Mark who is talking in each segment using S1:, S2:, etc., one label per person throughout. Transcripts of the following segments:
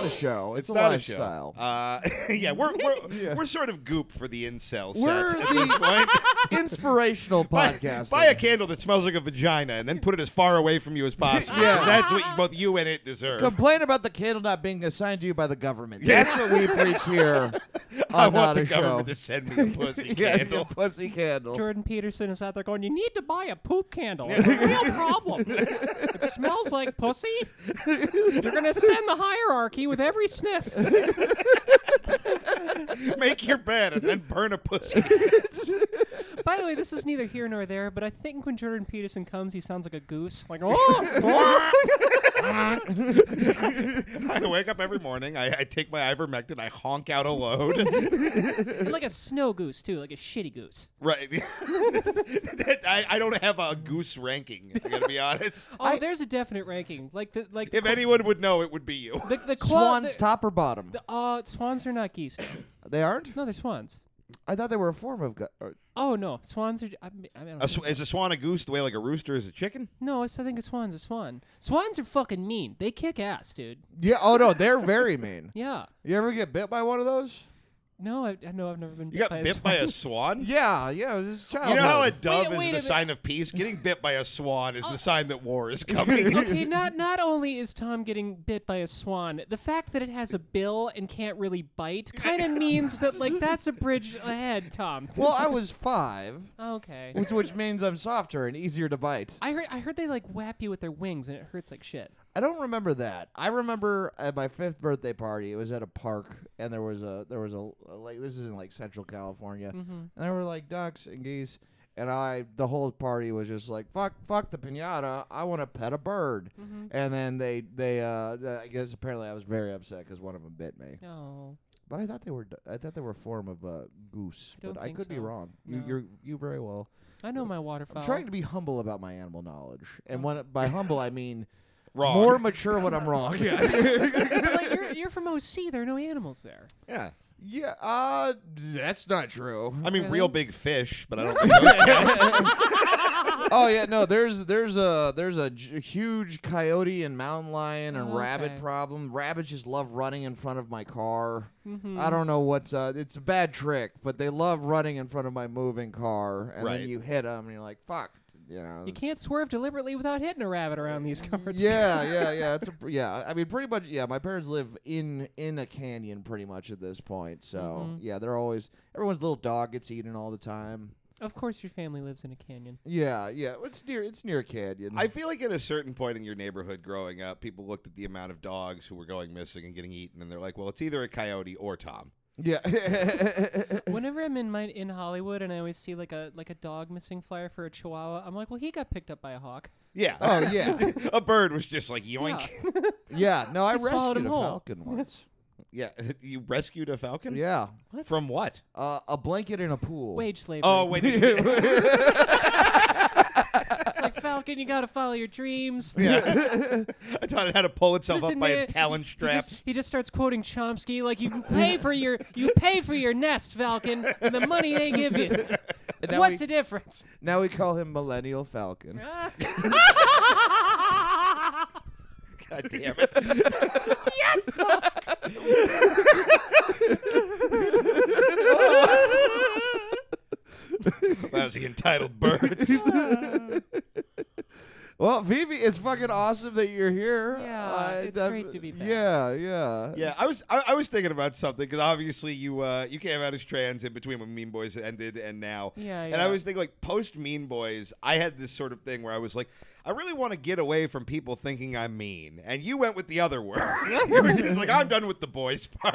S1: It's,
S2: a
S1: not
S2: lifestyle.
S1: A show. Uh, yeah, we're we're,
S2: Yeah.
S1: we're sort of goop for the incel sets
S2: We're
S1: at
S2: the
S1: this point.
S2: Inspirational
S1: Buy-
S2: podcast.
S1: Buy a candle that smells like a vagina and then put it as far away from you as possible.
S2: Yeah.
S1: That's what both you and it deserve.
S2: Complain about the candle not being assigned to you by the government.
S1: Yeah.
S2: That's what we preach here on
S1: I want
S2: Not
S1: the
S2: a
S1: government
S2: Show.
S1: to send me a pussy
S2: yeah,
S1: candle.
S2: the pussy
S1: Oh.
S2: candle.
S3: Jordan Peterson is out there going, "You need to buy a poop candle. It's a real problem. It smells like pussy. You're gonna send the hierarchy with every sniff."
S1: Make your bed and then burn a pussy.
S3: By the way, this is neither here nor there, but I think when Jordan Peterson comes, he sounds like a goose. Like, oh, oh."
S1: I wake up every morning. I, I take my ivermectin. I honk out a load.
S3: And like a snow goose too, like a shitty goose.
S1: right. That- I, I don't have a goose ranking. If I'm gonna be honest.
S3: Oh, there's a definite ranking. Like the like the
S1: If
S3: qua-
S1: anyone would know, it would be you.
S3: the, the qua-
S2: Swans
S3: the-
S2: top or bottom?
S3: the- uh, swans are not geese.
S2: they aren't.
S3: No, they're swans.
S2: I thought they were a form of. Go- uh, or-
S3: Oh no, swans are. I, mean- I mean, I don't
S1: A
S3: think
S1: sw- is a swan a goose the way like a rooster is a chicken?
S3: No, it's, I think a swan's a swan. Swans are fucking mean. They kick ass, dude.
S2: yeah. Oh no, they're very mean.
S3: Yeah.
S2: You ever get bit by one of those?
S3: No, I, I know I've never been
S1: You got
S3: by a
S1: bit
S3: swan.
S1: by a swan?
S2: Yeah. Yeah. It was his
S1: You know how a
S2: childhood.
S1: dove
S3: Wait, wait a
S1: is the
S3: minute. Oh.
S1: sign of peace? Getting bit by a swan is the sign that war is coming.
S3: okay, not not only is Tom getting bit by a swan, the fact that it has a bill and can't really bite kind of means that like that's a bridge ahead, Tom.
S2: Well, I was five,
S3: Okay.
S2: which, which means I'm softer and easier to bite.
S3: I heard I heard they like whap you with their wings and it hurts like shit.
S2: I don't remember that. I remember at my fifth birthday party, it was at a park, and there was a there was a like this is in like Central California,
S3: Mm-hmm.
S2: and there were like ducks and geese, and I the whole party was just like fuck fuck the pinata, I want to pet a bird,
S3: Mm-hmm.
S2: and then they they uh I guess apparently I was very upset because one of them bit me,
S3: No.
S2: but I thought they were d- I thought they were a form of uh, goose,
S3: I don't
S2: but I
S3: think
S2: could be
S3: so.
S2: wrong. You
S3: No.
S2: you're, you very well.
S3: I know my
S2: I'm
S3: waterfowl.
S2: trying to be humble about my animal knowledge,
S3: Oh.
S2: and when by humble I mean.
S1: Wrong.
S2: More mature when I'm wrong.
S3: But, like, you're, you're from OC. There are no animals there.
S1: yeah.
S2: Yeah, uh, that's not true.
S1: I mean, real big fish, but I don't think those count.
S2: oh yeah, no, there's there's a there's a j- huge coyote and mountain lion and
S3: Oh,
S2: rabbit
S3: okay.
S2: problem. Rabbits just love running in front of my car.
S3: Mm-hmm.
S2: I don't know what's uh, it's a bad trick, but they love running in front of my moving car, and
S1: Right.
S2: then you hit them, and you're like, fuck, you know.
S3: You
S2: it's-
S3: can't swerve deliberately without hitting a rabbit around these
S1: Mm,
S3: cards.
S2: Yeah, yeah, yeah. It's a, pr- yeah. I mean, pretty much. Yeah, my parents live in in a canyon, pretty much at this point. So
S3: Mm-hmm.
S2: yeah, they're always everyone's little dog gets eaten all the time.
S3: Of course, your family lives in a canyon.
S2: Yeah, yeah. It's near. It's near a canyon.
S1: I feel like at a certain point in your neighborhood growing up, people looked at the amount of dogs who were going missing and getting eaten, and they're like, well, it's either a coyote or Tom.
S2: yeah.
S3: Whenever I'm in my in Hollywood and I always see like a like a dog missing flyer for a Chihuahua, I'm like, well, he got picked up by a hawk.
S1: Yeah.
S2: oh yeah,
S1: a bird was just like, yoink.
S2: yeah. No, I
S3: He swallowed
S2: rescued
S3: him
S2: a
S3: whole.
S2: falcon once.
S1: Yeah. You rescued a falcon?
S2: Yeah,
S1: From what?
S2: uh, a blanket in a pool.
S3: Wage slavery.
S1: Oh, wait. yeah.
S3: it's like Falcon. You gotta follow your dreams.
S1: I taught it how to pull itself
S3: Listen,
S1: up by
S3: man,
S1: its talon
S3: He just-
S1: straps.
S3: He just, starts quoting Chomsky like you pay for your you pay for your nest, Falcon, and the money they give you.
S2: And now
S3: What's
S2: we,
S3: the difference?
S2: Now we call him Millennial Falcon.
S1: God damn it.
S3: yes, Tom.
S1: Lousy entitled birds.
S2: Well, Vivi, it's fucking awesome that you're here.
S3: Yeah, it's great to be back.
S2: Yeah, yeah,
S1: Yeah, I was I, I was thinking about something because obviously you uh, you came out as trans in between when Mean Boys ended and now.
S3: Yeah,
S1: And I
S3: yeah.
S1: was thinking like post Mean Boys, I had this sort of thing where I was like, I really want to get away from people thinking I'm mean, and you went with the other word. you were just like, I'm done with the boys part.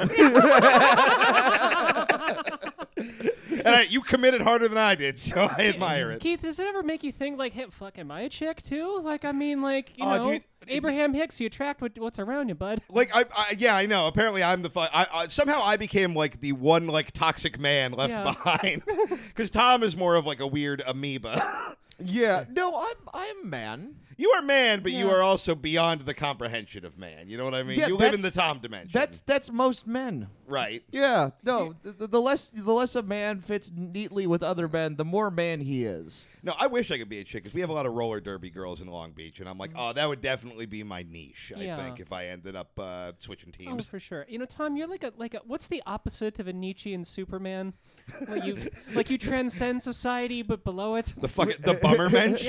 S1: and I, you committed harder than I did, so I admire it.
S3: Keith, does it ever make you think like, hey, fuck, am I a chick too? Like, I mean, like you
S1: Oh,
S3: know,
S1: dude, it-
S3: Abraham Hicks, you attract what, what's around you, bud.
S1: Like I, I, yeah, I know. Apparently, I'm the fu- I, I somehow I became like the one like toxic man left
S3: Yeah.
S1: behind because Tom is more of like a weird amoeba.
S2: yeah. No, I'm I'm man.
S1: You are man, but you
S3: Yeah.
S1: are also beyond the comprehension of man. You know what I mean?
S2: Yeah,
S1: you live in the
S2: that's-
S1: Tom dimension.
S2: That's that's most men.
S1: right.
S2: Yeah, no. The, the less the less a man fits neatly with other men, the more man he is.
S1: No, I wish I could be a chick because we have a lot of roller derby girls in Long Beach, and I'm like, oh, that would definitely be my niche. I
S3: Mm. Yeah.
S1: think if I ended up uh, switching
S3: Oh,
S1: teams.
S3: for sure. You know, Tom, you're like a like a what's the opposite of a Nietzsche and Superman? Like you like you transcend society but below it.
S1: The fucking the bummer bench.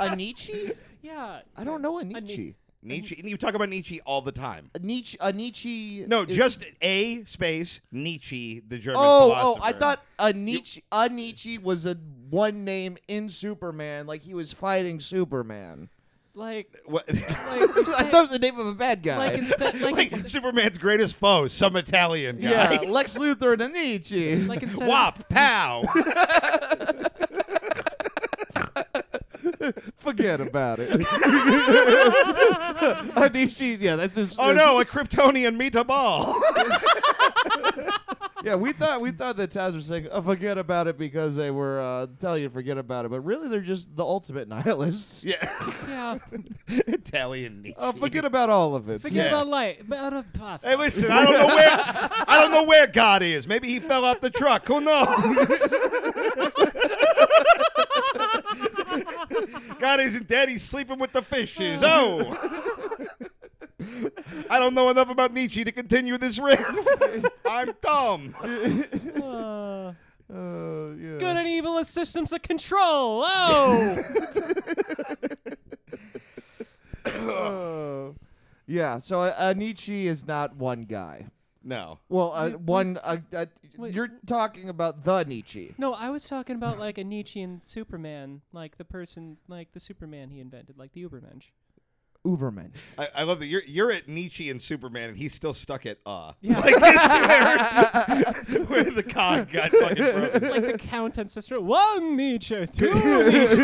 S2: A Nietzsche?
S3: Yeah.
S2: I don't know a Nietzsche.
S1: Nietzsche. You talk about Nietzsche all the time.
S2: A Nietzsche. A Nietzsche.
S1: No,
S2: is-
S1: just a space Nietzsche, the German
S2: Oh, oh!
S1: philosopher.
S2: I thought a Nietzsche. A Nietzsche was a one name in Superman, like he was fighting Superman.
S3: Like
S1: What-
S3: like you're
S2: I
S3: saying-
S2: thought it was the name of a bad guy.
S3: like instead like,
S1: like
S3: inst-
S1: Superman's greatest foe, some Italian guy.
S2: yeah, Lex Luthor and a Nietzsche.
S3: like instead of-
S1: Wop, pow.
S2: Forget about it. a Nietzsche. Yeah, that's his.
S1: oh no, a Kryptonian meet a ball.
S2: Yeah, we thought we thought the Taz were saying oh, forget about it because they were uh, telling you to forget about it, but really they're just the ultimate nihilists.
S1: yeah,
S3: yeah.
S1: Italian Nietzsche.
S2: Uh, forget about all of it.
S3: Forget
S1: Yeah.
S3: about light. But out of uh,
S1: Hey, listen, I don't know where I don't know where God is. Maybe he fell off the truck. Who knows? God isn't dead. He's sleeping with the fishes. Oh. I don't know enough about Nietzsche to continue this riff. I'm dumb.
S2: Uh,
S3: uh,
S2: yeah.
S3: good and evil as systems of control. Oh.
S2: Uh, yeah. So a, a Nietzsche is not one guy.
S1: No.
S2: Well, uh, one. Uh, uh,
S3: Wait.
S2: you're talking about the Nietzsche.
S3: No, I was talking about like a Nietzschean Superman, like the person, like the Superman he invented, like the Ubermensch.
S2: Ubermensch.
S1: I, I love that you're you're at Nietzsche and Superman, and he's still stuck at uh.
S3: Yeah.
S1: Like this is where, where the cog got fucking broken.
S3: Like the Count and Sister. One Nietzsche, two Nietzsche.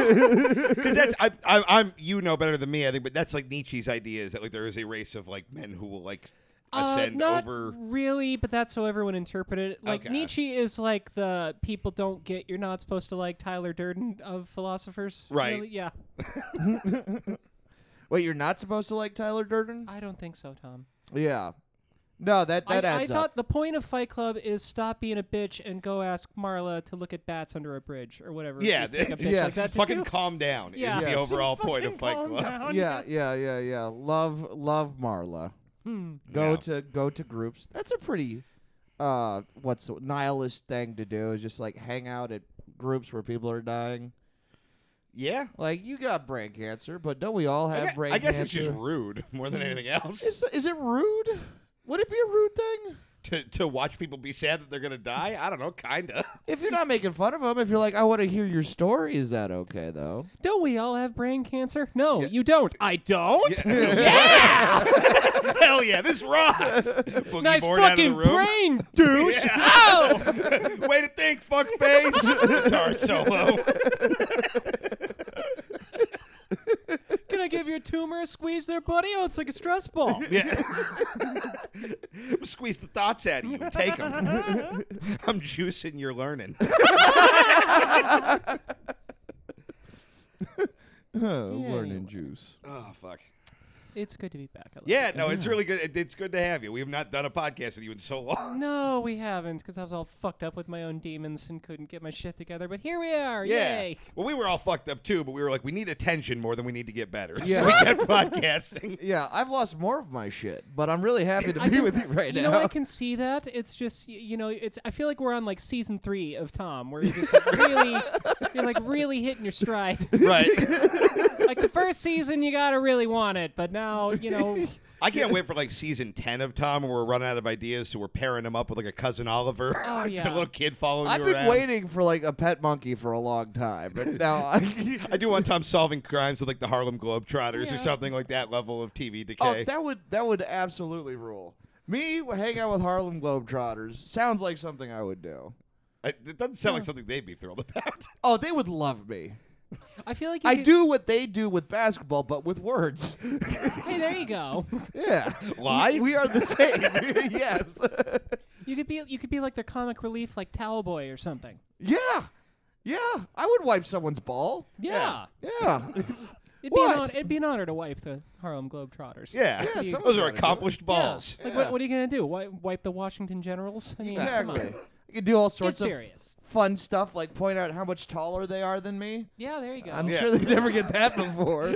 S1: Because that's I, I, I'm you know better than me, I think, but that's like Nietzsche's idea is that like there is a race of like men who will like
S3: Uh,
S1: ascend
S3: not
S1: over.
S3: really, but that's how everyone interpreted it. Like
S1: Okay.
S3: Nietzsche is like the people don't get. You're not supposed to like Tyler Durden of philosophers,
S1: Right.
S3: Really? Yeah,
S2: Wait, you're not supposed to like Tyler Durden?
S3: I don't think so, Tom.
S2: yeah. No, that that
S3: I, I
S2: adds up.
S3: thought the point of Fight Club is stop being a bitch and go ask Marla to look at bats under a bridge or whatever.
S1: Yeah,
S3: you think a bitch
S2: yes.
S3: like that to
S1: fucking
S3: do.
S1: calm down
S3: Yeah.
S1: is the
S2: Yes.
S1: overall point of
S3: Fucking
S1: Fight
S3: calm
S1: Club.
S3: down.
S2: yeah, yeah, yeah, yeah. Love, love Marla. Go
S3: Hmm.
S1: Yeah.
S2: to go to groups. That's a pretty uh what's the- nihilist thing to do is just like hang out at groups where people are dying.
S1: Yeah,
S2: Like you got brain cancer, but don't we all
S1: I,
S2: have
S1: gu-
S2: brain
S1: I guess it's
S2: cancer?
S1: just rude more than anything else
S2: Is is it rude? Would it be a rude thing?
S1: to to watch people be sad that they're gonna die. I don't know, kinda.
S2: If you're not making fun of them, if you're like, I want to hear your story, is that okay though?
S3: Don't we all have brain cancer? No, you don't. I don't.
S1: Hell yeah, this rocks. Boogie
S3: Nice
S1: board
S3: fucking
S1: out of the room.
S3: brain, douche. Ow!
S1: Way to think, fuckface. Guitar solo.
S3: Can I give your tumor a squeeze there, buddy? Oh, it's like a stress ball.
S1: Yeah. I'm squeeze the thoughts out of you and take them. I'm juicing your learning.
S2: Learning juice.
S1: Oh fuck.
S3: It's good to be back. I love
S1: Yeah,
S3: you
S1: no,
S3: guys.
S1: it's really good. It, it's good to have you. We have not done a podcast with you in so long.
S3: No, we haven't, because I was all fucked up with my own demons and couldn't get my shit together. But here we are. Yay.
S1: Well, we were all fucked up too, but we were like, we need attention more than we need to get better.
S2: Yeah.
S1: So we kept podcasting.
S2: Yeah, I've lost more of my shit, but I'm really happy to
S3: I
S2: be
S3: can
S2: with
S3: s-
S2: you right
S3: you
S2: now.
S3: know, I can see that. It's just, y- you know, it's. I feel like we're on like season three of Tom, where you're just like, really, you're like really hitting your stride.
S1: Right.
S3: like the first season, you gotta really want it, but now, you know,
S1: I can't wait for like season ten of Tom, where we're running out of ideas, so we're pairing him up with like a cousin Oliver,
S3: Oh,
S1: the
S3: yeah.
S1: little kid following
S2: I've
S1: you
S2: been
S1: around.
S2: waiting for like a pet monkey for a long time, but now I.
S1: I do want Tom solving crimes with like the Harlem Globetrotters or
S3: Yeah.
S1: something like that level of TV
S2: oh,
S1: decay.
S2: that would that would absolutely rule. Me hang out with Harlem Globetrotters sounds like something I would do.
S1: I- it doesn't sound like something they'd be thrilled about.
S2: Oh, they would love me.
S3: I feel like you
S2: I
S3: could-
S2: do what they do with basketball, but with words.
S3: Hey, there you go.
S2: yeah,
S1: Why?
S2: we are the same. yes.
S3: You could be you could be like their comic relief, like Towel Boy or something.
S2: yeah. Yeah, I would wipe someone's ball.
S3: Yeah.
S2: Yeah.
S3: It'd, be an
S2: What?
S3: hon- it'd be an honor to wipe the Harlem Globetrotters.
S1: Yeah,
S2: Yeah, someone's
S1: those are
S2: gotta do it.
S1: accomplished
S3: Yeah.
S1: balls.
S3: Like,
S2: Yeah.
S3: what, what are you going to do? Wipe, wipe the Washington Generals? I mean, come on.
S2: exactly. You could do all
S3: Get
S2: sorts of
S3: serious.
S2: fun stuff, like point out how much taller they are than me.
S3: Yeah, there you go.
S2: I'm
S1: Yeah.
S2: sure they never get that before.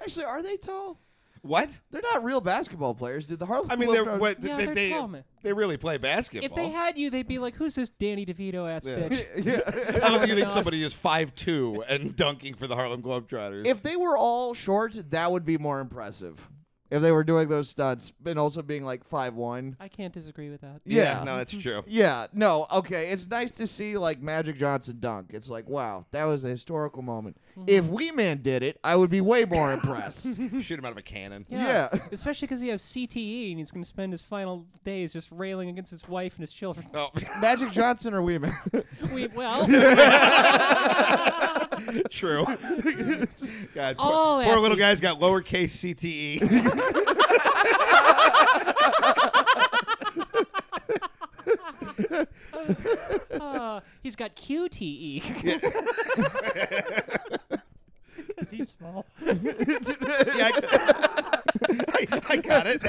S2: Actually, are they tall?
S1: What?
S2: They're not real basketball players, dude. The Harlem
S1: I mean, they're
S2: Globetrotters-
S1: what?
S3: Yeah,
S1: they,
S3: they're
S1: they,
S3: tall, man.
S1: they really play basketball.
S3: if they had you, they'd be like, who's this Danny DeVito ass
S1: Yeah.
S3: bitch?
S2: yeah.
S1: I don't think you think somebody is five two and dunking for the Harlem Globetrotters.
S2: If they were all short, that would be more impressive. If they were doing those stunts and also being like five one.
S3: I can't disagree with that.
S1: yeah,
S2: yeah.
S1: no, that's true.
S2: Yeah, no, okay. It's nice to see like Magic Johnson dunk. It's like, wow, that was a historical moment.
S3: Mm-hmm.
S2: If Wee Man did it, I would be way more impressed.
S1: Shoot him out of a cannon.
S2: Yeah. Yeah.
S3: Especially because he has CTE and he's going to spend his final days just railing against his wife and his children.
S1: Oh,
S2: Magic Johnson or Wee Man?
S3: We, well,
S1: true. God, poor,
S3: All
S1: poor little
S3: athletes-
S1: guy's got lowercase E. CTE.
S3: uh, he's got E. QTE. Because he's small.
S1: yeah, I, I, I got it.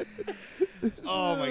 S1: oh my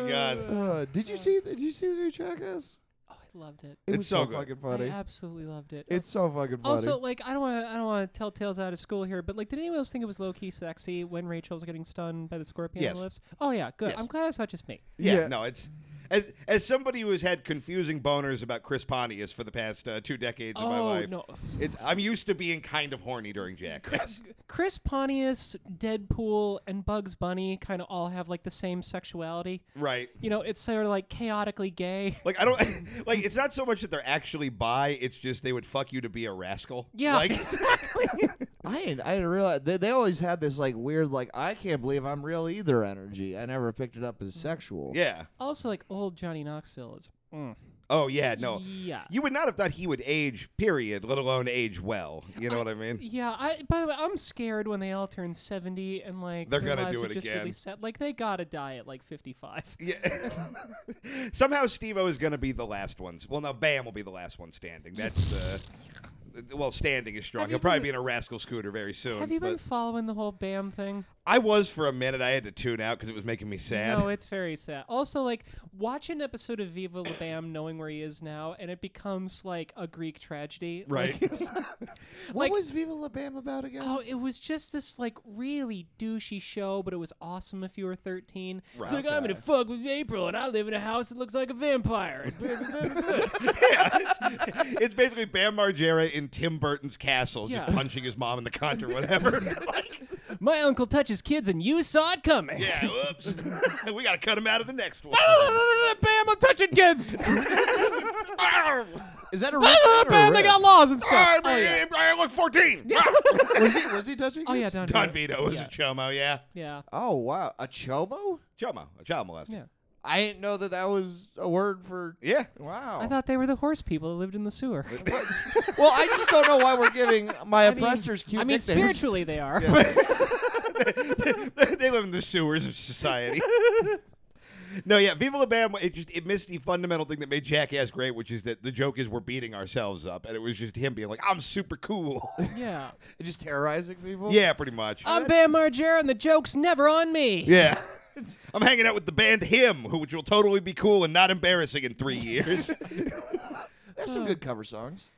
S1: god,
S2: uh, did you see? Did you see the new Jackass?
S3: Oh, I loved it.
S2: It
S1: It's
S2: was
S1: so
S2: so,
S1: good.
S2: fucking
S3: I
S2: funny.
S3: absolutely loved it. Uh,
S2: It's so fucking funny.
S3: also, like, I don't want to, I don't want to tell tales out of school here, but like, did anyone else think it was low key sexy when Rachel was getting stunned by the scorpion on
S1: Yes.
S3: the lips? Oh yeah, good.
S1: Yes.
S3: I'm glad it's not just me.
S1: Yeah,
S2: Yeah.
S1: no, it's as as somebody who has had confusing boners about Chris Pontius for the past uh, two decades of my
S3: Oh,
S1: life.
S3: no.
S1: It's I'm used to being kind of horny during Jackass.
S3: Chris Pontius, Deadpool, and Bugs Bunny kind of all have like the same sexuality.
S1: right.
S3: You know, it's sort of like chaotically gay.
S1: Like I don't like it's not so much that they're actually bi, it's just they would fuck you to be a rascal.
S3: Yeah,
S1: Like
S3: exactly.
S2: I didn't, I didn't realize they, they always had this like weird like I can't believe I'm real either energy. I never picked it up as sexual.
S1: Yeah.
S3: also, like old Johnny Knoxville is. Mm.
S1: Oh yeah, no.
S3: Yeah.
S1: You would not have thought he would age, period, let alone age well. You know what I mean?
S3: Yeah, I by the way, I'm scared when they all turn 70 and like
S1: They're
S3: their
S1: gonna
S3: lives
S1: do
S3: are
S1: it
S3: just
S1: again.
S3: really set. Like they got to die at like 55.
S1: Yeah. Somehow Steve O is going to be the last one. Well, no, Bam will be the last one standing. That's the. Well, standing is strong.
S3: Have
S1: He'll
S3: you
S1: probably
S3: been-
S1: be in a rascal scooter very soon.
S3: Have you been
S1: but
S3: following the whole BAM thing?
S1: I was for a minute. I had to tune out because it was making me sad.
S3: No, it's very sad. Also, like, watch an episode of Viva La Bam knowing where he is now, and it becomes like a Greek tragedy.
S1: Right.
S3: Like, it's-
S2: What
S3: like-
S2: was Viva La Bam about again?
S3: oh, it was just this, like, really douchey show, but it was awesome if you were 13. It's
S1: Right.
S3: like, I'm going to fuck with April, and I live in a house that looks like a vampire.
S1: it's basically Bam Margera in Tim Burton's castle,
S3: Yeah.
S1: just punching his mom in the cunt or whatever. Like,
S3: My uncle touches kids, and you saw it coming.
S1: yeah, whoops. we got to cut him out of the next one.
S3: Oh, Bam, I'm touching kids.
S2: Is that a
S3: Bam,
S2: riff?
S3: they got laws and
S1: I,
S3: stuff. Oh, yeah.
S1: I look 14.
S2: was he was he touching?
S3: Oh, yeah,
S2: kids?
S3: Don,
S1: Don
S3: Vito.
S1: Vito is
S3: Yeah.
S1: a chomo, yeah.
S3: Yeah.
S2: Oh wow, a chomo?
S1: Chomo, a child molester.
S3: Yeah.
S2: I didn't know that that was a word for.
S1: yeah.
S2: Wow.
S1: Oh.
S3: I thought they were the horse people that lived in the sewer.
S2: well, I just don't know why we're giving my
S3: I mean-
S2: oppressors cute
S3: I mean,
S2: nicknames.
S3: spiritually they are.
S1: they live in the sewers of society. No, yeah, Viva La Bam. It just it missed the fundamental thing that made Jackass great, which is that the joke is we're beating ourselves up, and it was just him being like, "I'm super cool."
S3: Yeah.
S2: Just terrorizing people.
S1: yeah, pretty much.
S3: I'm Bam Margera, and the joke's never on me.
S1: Uh, yeah, I'm hanging out with the band Him, who which will totally be cool and not embarrassing in three years.
S2: There's some good cover songs.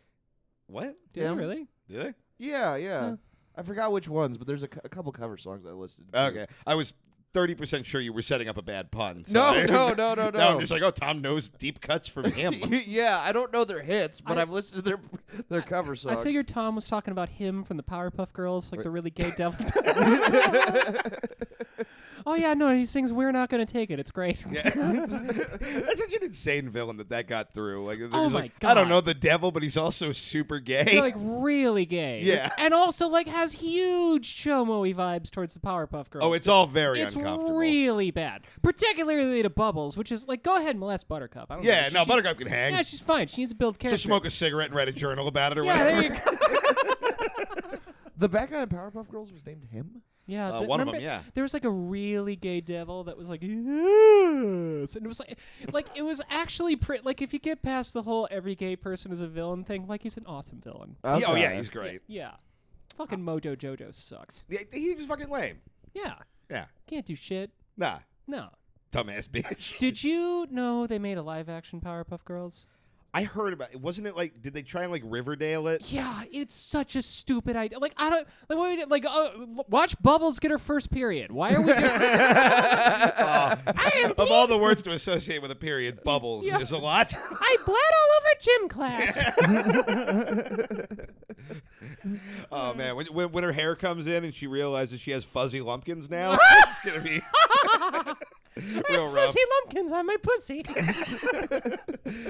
S1: what?
S3: Did
S2: Yeah.
S3: he really?
S1: Did they?
S2: Yeah, yeah. I forgot which ones, but there's a, cou- a couple cover songs I listed. to.
S1: Okay, I was thirty percent sure you were setting up a bad pun. so
S2: No,
S1: I-
S2: no, no, no,
S1: Now I'm
S2: no.
S1: just like, oh, Tom knows deep cuts from Him.
S2: yeah, I don't know their hits, but I,
S3: I-
S2: have listed their their cover songs.
S3: I figured Tom was talking about him from the Powerpuff Girls, like the really gay devil. oh yeah, no, he sings "We're Not Gonna Take It." It's great.
S1: Yeah. That's such an insane villain that that got through. Like,
S3: Oh
S1: there's
S3: my
S1: like, I don't
S3: God.
S1: know the devil, but he's also super gay.
S3: They're, like really gay.
S1: Yeah.
S3: and also like has huge chomoey vibes towards the Powerpuff Girls.
S1: oh, it's all very
S3: it's
S1: uncomfortable.
S3: really bad, particularly to Bubbles, which is like, go ahead and molest Buttercup. I don't
S1: yeah,
S3: know.
S1: no,
S3: She's-
S1: Buttercup can hang.
S3: Yeah, she's fine. She needs to build character.
S1: Just smoke a cigarette and write a journal about it or
S3: yeah,
S1: whatever.
S3: there you go.
S2: the bad guy in Powerpuff Girls was named him.
S3: Yeah,
S1: Uh,
S3: th-
S1: one of 'em,
S3: remember
S1: yeah.
S3: There was like a really gay devil that was like, yes, and it was like, like it was actually pretty. Like if you get past the whole every gay person is a villain thing, like he's an awesome villain.
S1: Yeah, Oh yeah,
S2: Okay.
S1: he's great.
S3: Yeah, fucking Mojo Jojo sucks.
S1: Yeah, he was fucking lame.
S3: Yeah,
S1: Yeah.
S3: can't do shit.
S1: Nah.
S3: No.
S1: Dumbass bitch.
S3: Did you know they made a live action Powerpuff Girls?
S1: I heard about it. Wasn't it like did they try and like Riverdale it?
S3: Yeah, it's such a stupid idea. Like I don't like what, we- like uh, l- watch Bubbles get her first period. Why are we? Doing-
S1: of all the words to associate with a period, bubbles
S3: Yeah.
S1: is a lot.
S3: I bled all over gym class. Mm-hmm.
S1: oh man, when, when, when her hair comes in and she realizes she has fuzzy lumpkins now, it's gonna be real rough.
S3: Fuzzy lumpkins on my pussy.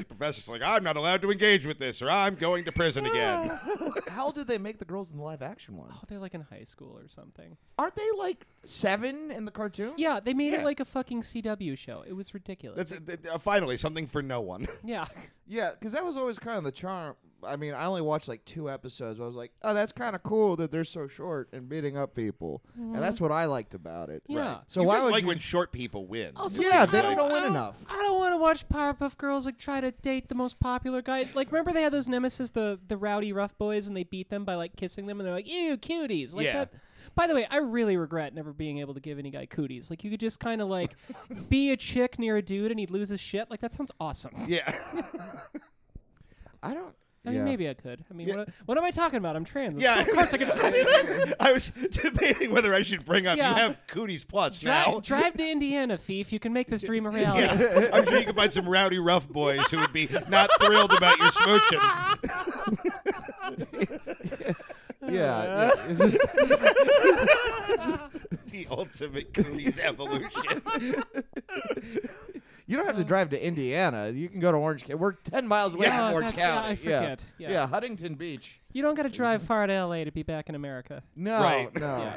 S1: Professor's like, I'm not allowed to engage with this, or I'm going to prison again.
S2: How did they make the girls in the live action one?
S3: Oh, they're like in high school or something.
S2: Aren't they like seven in the cartoon?
S3: Yeah, they made
S1: Yeah.
S3: it like a fucking CW show. It was ridiculous.
S1: That's uh, finally something for no one.
S3: yeah.
S2: Yeah, because that was always kind of the charm. I mean, I only watched like two episodes. But I was like, oh, that's kind of cool that they're so short and beating up people, and that's what I liked about it.
S3: Mm-hmm. Yeah.
S2: So
S1: You
S2: why
S1: just
S2: would
S1: like
S2: you?
S1: when short people win.
S3: Also,
S2: Yeah,
S3: Oh, like,
S2: they
S3: I
S2: don't win
S3: I
S2: enough.
S3: I don't want to watch Powerpuff Girls like try to date the most popular guy. Like, remember they had those nemesis, the the rowdy rough boys, and they beat them by like kissing them, and they're like, "Ew, cooties!" Like
S1: Yeah.
S3: that. By the way, I really regret never being able to give any guy cooties. Like, you could just kind of like be a chick near a dude, and he'd lose his shit. Like, that sounds awesome.
S1: yeah.
S2: I don't.
S3: I mean,
S2: yeah.
S3: maybe I could. I mean,
S1: Yeah.
S3: what, what am I talking about? I'm trans.
S1: Yeah.
S3: of course I could still do this.
S1: I was debating whether I should bring up you
S3: Yeah.
S1: have cooties plus now.
S3: Drive, drive to Indiana, Fief. You can make this dream a reality.
S1: Yeah. I'm sure you can find some rowdy rough boys who would be not thrilled about your smooching.
S2: Yeah. yeah. Is it-
S1: The ultimate cooties evolution.
S2: you don't
S3: Uh.
S2: have to drive to Indiana. You can go to Orange County. We're ten miles away
S1: Yeah,
S2: from Orange
S3: that's- yeah,
S2: County.
S3: I forget.
S2: Yeah.
S3: Yeah.
S2: Huntington Beach.
S3: You don't got to drive far to LA to be back in America.
S2: No.
S1: Right.
S2: No.
S3: Yeah.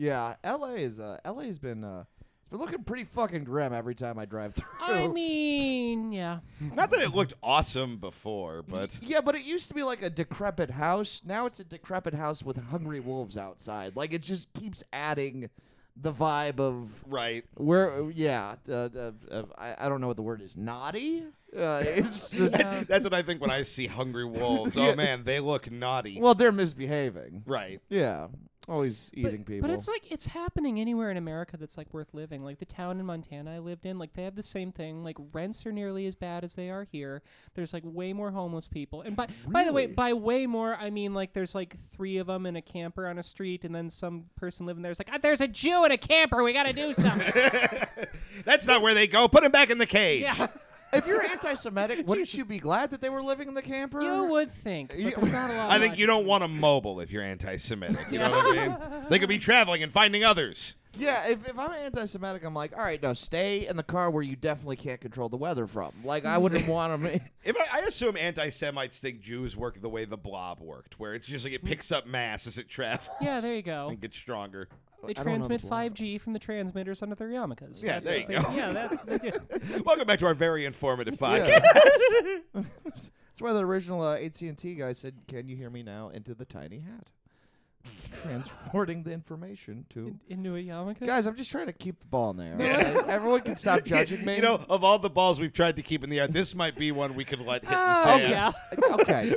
S2: Yeah. L.A. is uh, L.A.'s been uh, it's been looking pretty fucking grim every time I drive through.
S3: I mean, yeah.
S1: Not that it looked awesome before, but
S2: Yeah, but it used to be like a decrepit house. Now it's a decrepit house with hungry wolves outside. Like it just keeps adding the vibe of
S1: right.
S2: where. Yeah, uh, uh, uh, I, I don't know what the word is. Naughty. Uh, it's just-
S3: Yeah.
S1: That's what I think when I see hungry wolves. Oh man, they look naughty.
S2: well, they're misbehaving.
S1: right.
S2: Yeah, always eating
S3: But,
S2: people.
S3: but it's like it's happening anywhere in America that's like worth living. Like the town in Montana I lived in, like they have the same thing. Like rents are nearly as bad as they are here. There's like way more homeless people. And by by the way,
S2: Really?
S3: by way more, I mean like there's like three of them in a camper on a street, and then some person living there's like "Ah, there's a Jew in a camper. We got to do something.
S1: That's not where they go. Put them back in the cage.
S3: yeah,
S2: if you're anti-Semitic, wouldn't you be glad that they were living in the camper?
S3: you would think. But
S2: Yeah.
S3: there's not a lot.
S1: I
S3: of
S1: think
S3: logic.
S1: you don't want them mobile if you're anti-Semitic. You know what I mean? They could be traveling and finding others.
S2: Yeah, if, if I'm anti-Semitic, I'm like, all right, no, stay in the car where you definitely can't control the weather from. Like I wouldn't want them.
S1: If I, I assume anti-Semites think Jews work the way the Blob worked, where it's just like it picks up mass as it travels
S3: Mm. Yeah, there you go.
S1: and gets stronger.
S3: They
S2: I don't know
S3: transmit
S2: the blowout.
S3: 5G from the transmitters under their yarmulkes.
S1: Yeah,
S3: that's
S1: there
S3: what
S1: you
S3: they-
S1: go.
S3: Yeah, that's what they do.
S1: Welcome back to our very informative podcast.
S2: Yeah. That's why the original uh, AT&T guy said, "Can you hear me now?" Into the tiny hat, transporting the information to.
S3: In- into a yarmulke.
S2: Guys, I'm just trying to keep the ball in there. Like, everyone can stop judging me.
S1: You know, of all the balls we've tried to keep in the air, this might be one we could let hit the
S3: Oh,
S1: sand.
S3: yeah.
S2: Uh, okay.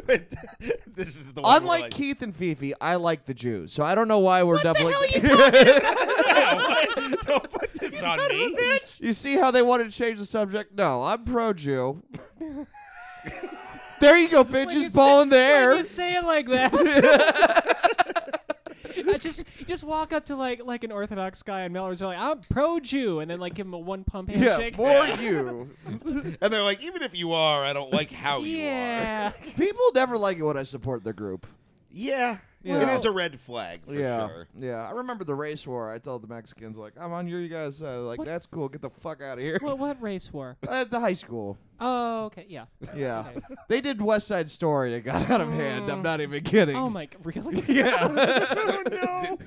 S1: this is the one. we're
S2: Unlike
S1: like,
S2: Keith and Fifi, I like the Jews, so I don't know why we're
S3: What the
S2: doubling.
S3: hell are you talking
S1: "What? don't put this on
S3: about,
S1: me.
S3: bitch?
S2: You see how they wanted to change the subject? No, I'm pro-Jew. there you go, bitches.
S3: you
S2: ball in the air.
S3: Why'd you say it like that? I just just walk up to like like an Orthodox guy and Miller's like I'm pro Jew and then like give him a one pump
S2: yeah,
S3: handshake.
S2: for you.
S1: And they're like, even if you are, I don't like how you are.
S3: yeah.
S2: People never like it when I support their group.
S1: Yeah.
S2: Well-
S1: it is a red flag for
S2: yeah,
S1: sure.
S2: yeah. I remember the race war. I told the Mexicans like, "I'm on your you guys' side." Like,
S3: What-
S2: that's cool. Get the fuck out of here.
S3: what what race war?
S2: At the high school,
S3: Oh okay yeah.
S2: yeah,
S3: Okay.
S2: they did West Side Story. It got out of hand. I'm not even kidding.
S3: Oh my g- really?
S2: Yeah,
S3: no.
S1: Uh,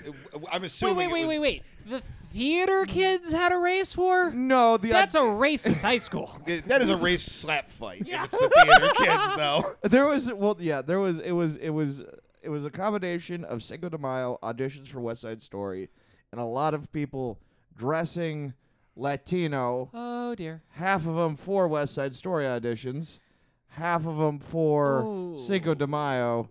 S1: I'm
S3: Wait
S1: assuming.
S3: wait
S1: it
S3: wait
S1: was-
S3: wait wait. The theater kids had a race war.
S2: no, the
S3: That's a racist high school.
S1: it- That is a race slap fight. if
S3: Yeah.
S1: It's the theater kids, though.
S2: there was well, yeah, there was it was it was it was a combination of Cinco de Mayo auditions for West Side Story. and a lot of people dressing Latino.
S3: Oh dear.
S2: Half of them for West Side Story auditions, half of them for Cinco de Mayo,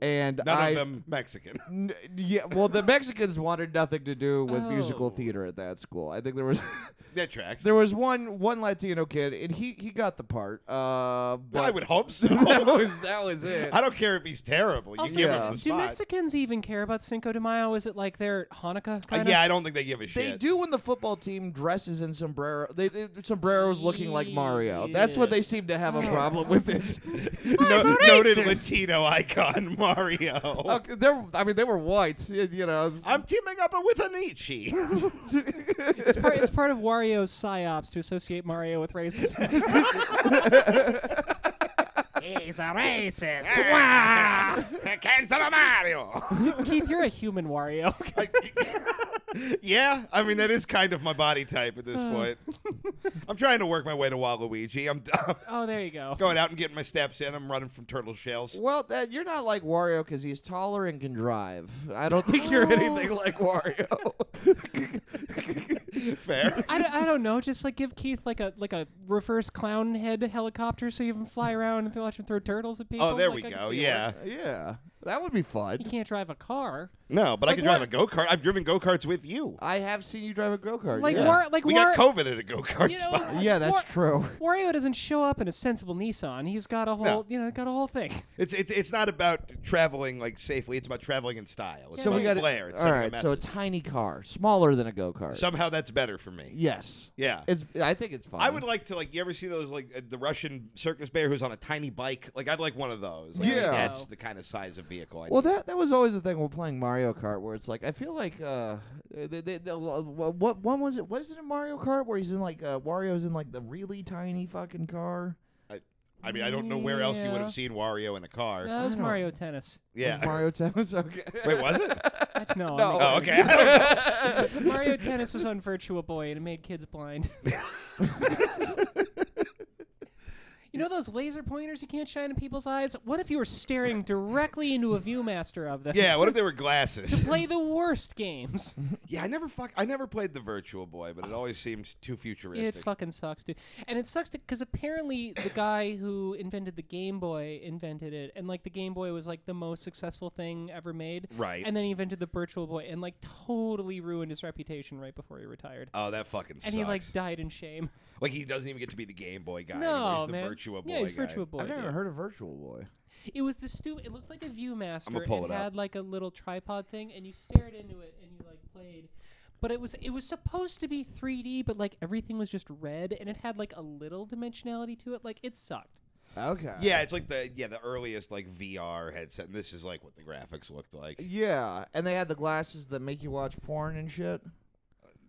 S2: and
S1: None
S2: I
S1: of them Mexican.
S2: N- yeah, well, the Mexicans wanted nothing to do with musical
S3: Oh.
S2: theater at that school. I think there was
S1: that tracks.
S2: there was one one Latino kid, and he he got the part. Uh, but
S1: I would hope so.
S2: that was that was it.
S1: I don't care if he's terrible. You
S3: Also,
S1: give
S2: yeah.
S1: him the
S3: do
S1: spot.
S3: Mexicans even care about Cinco de Mayo? Is it like their Hanukkah?
S1: Uh,
S3: Kind
S1: yeah, I don't think they give a
S2: They
S1: shit.
S2: do when the football team dresses in sombrero. They, they sombreros looking like Mario. That's what
S3: Yeah.
S2: they seem to have
S1: Oh.
S2: a problem with. This.
S1: No, noted Latino icon Mario.
S2: Okay, uh, they're, I mean, they were whites. y- You know. it's-
S1: I'm teaming up with Anichi.
S3: It's part, it's part of Wario's psyops to associate Mario with racism.
S4: He's a racist. Wow.
S1: Cancel Mario.
S3: Keith, you're a human Wario.
S1: yeah, I mean that is kind of my body type at this point. I'm trying to work my way to Waluigi. I'm, I'm
S3: oh, there you go.
S1: going out and getting my steps in. I'm running from turtle shells.
S2: well, that, you're not like Wario because he's taller and can drive. I don't think you're anything like Wario.
S1: Fair. Oh,
S3: I, don't- I don't know. Just like give Keith like a like a reverse clown head helicopter so you can fly around and watch him throw turtles at people.
S1: Oh, there we
S3: Like, I can
S1: go.
S3: see it
S1: Yeah.
S3: work.
S2: Yeah, that would be fun.
S3: He can't drive a car.
S1: No, but I
S3: Like
S1: can drive a
S3: what?
S1: go kart. I've driven go karts with you.
S2: I have seen you drive a go kart.
S3: Like
S2: yeah.
S3: War, like
S1: we
S3: War,
S1: got COVID at a go kart
S3: you know,
S1: spot.
S2: yeah, that's
S3: War-
S2: true.
S3: Wario doesn't show up in a sensible Nissan. He's got a whole,
S1: No.
S3: you know, got a whole thing.
S1: It's, it's it's not about traveling like safely. It's about traveling in style. It's
S2: So we
S1: about
S2: got
S1: flair. It's
S2: all
S1: sending a
S2: right. So a
S1: message.
S2: tiny car, smaller than a go kart.
S1: somehow that's better for me.
S2: yes.
S1: Yeah.
S2: It's. I think it's fine.
S1: I would like to like you ever see those like uh, the Russian circus bear who's on a tiny bike? Like I'd like one of those. Like, I think
S2: Yeah.
S1: that's the kind of size of vehicle. I
S2: Well,
S1: need.
S2: that that was always the thing when playing Mario Kart, where it's like I feel like uh, they, they, they, what one was it? What is it in Mario Kart where he's in like uh, Wario's in like the really tiny fucking car?
S1: I mean, I don't know where else you would
S3: Yeah.
S1: have seen Wario in a car.
S3: That was
S2: don't-
S3: Mario Tennis.
S1: yeah.
S2: Mario Tennis. Okay.
S1: Wait, was it?
S3: I- No,
S2: No.
S3: I'm making-
S1: Oh, okay. I don't-
S3: Mario Tennis was on Virtua Boy and it made kids blind. you know those laser pointers you can't shine in people's eyes? What if you were staring directly into a ViewMaster of them?
S1: yeah. What if they were glasses?
S3: Play the worst games.
S1: yeah, I never fuck. I never played the Virtual Boy, but it always seemed too
S3: Oh. It
S1: futuristic.
S3: fucking sucks, dude. And it sucks because apparently the guy who invented the Game Boy invented it, and like the Game Boy was like the most successful thing ever made.
S1: Right.
S3: And then he invented the Virtual Boy and like totally ruined his reputation right before he retired.
S1: oh, that fucking
S3: and
S1: sucks.
S3: he
S1: like,
S3: like died in shame.
S1: he doesn't even get to be the Game Boy guy. anymore.
S3: no,
S1: he's the
S3: man.
S1: Virtua Boy
S3: yeah, he's
S1: guy.
S3: Virtua Boy.
S2: I've never
S3: dude.
S2: heard of Virtual Boy.
S3: It was the stupid. It looked like a ViewMaster.
S1: I'ma pull
S3: and
S1: it up.
S3: had like a little tripod thing, and you stared into it, and you like played. But it was it was supposed to be 3D, but like everything was just red, and it had like a little dimensionality to it. Like it sucked.
S2: Okay.
S1: Yeah, it's like the yeah the earliest like VR headset, and this is like what the graphics looked like.
S2: Yeah, and they had the glasses that make you watch porn and shit.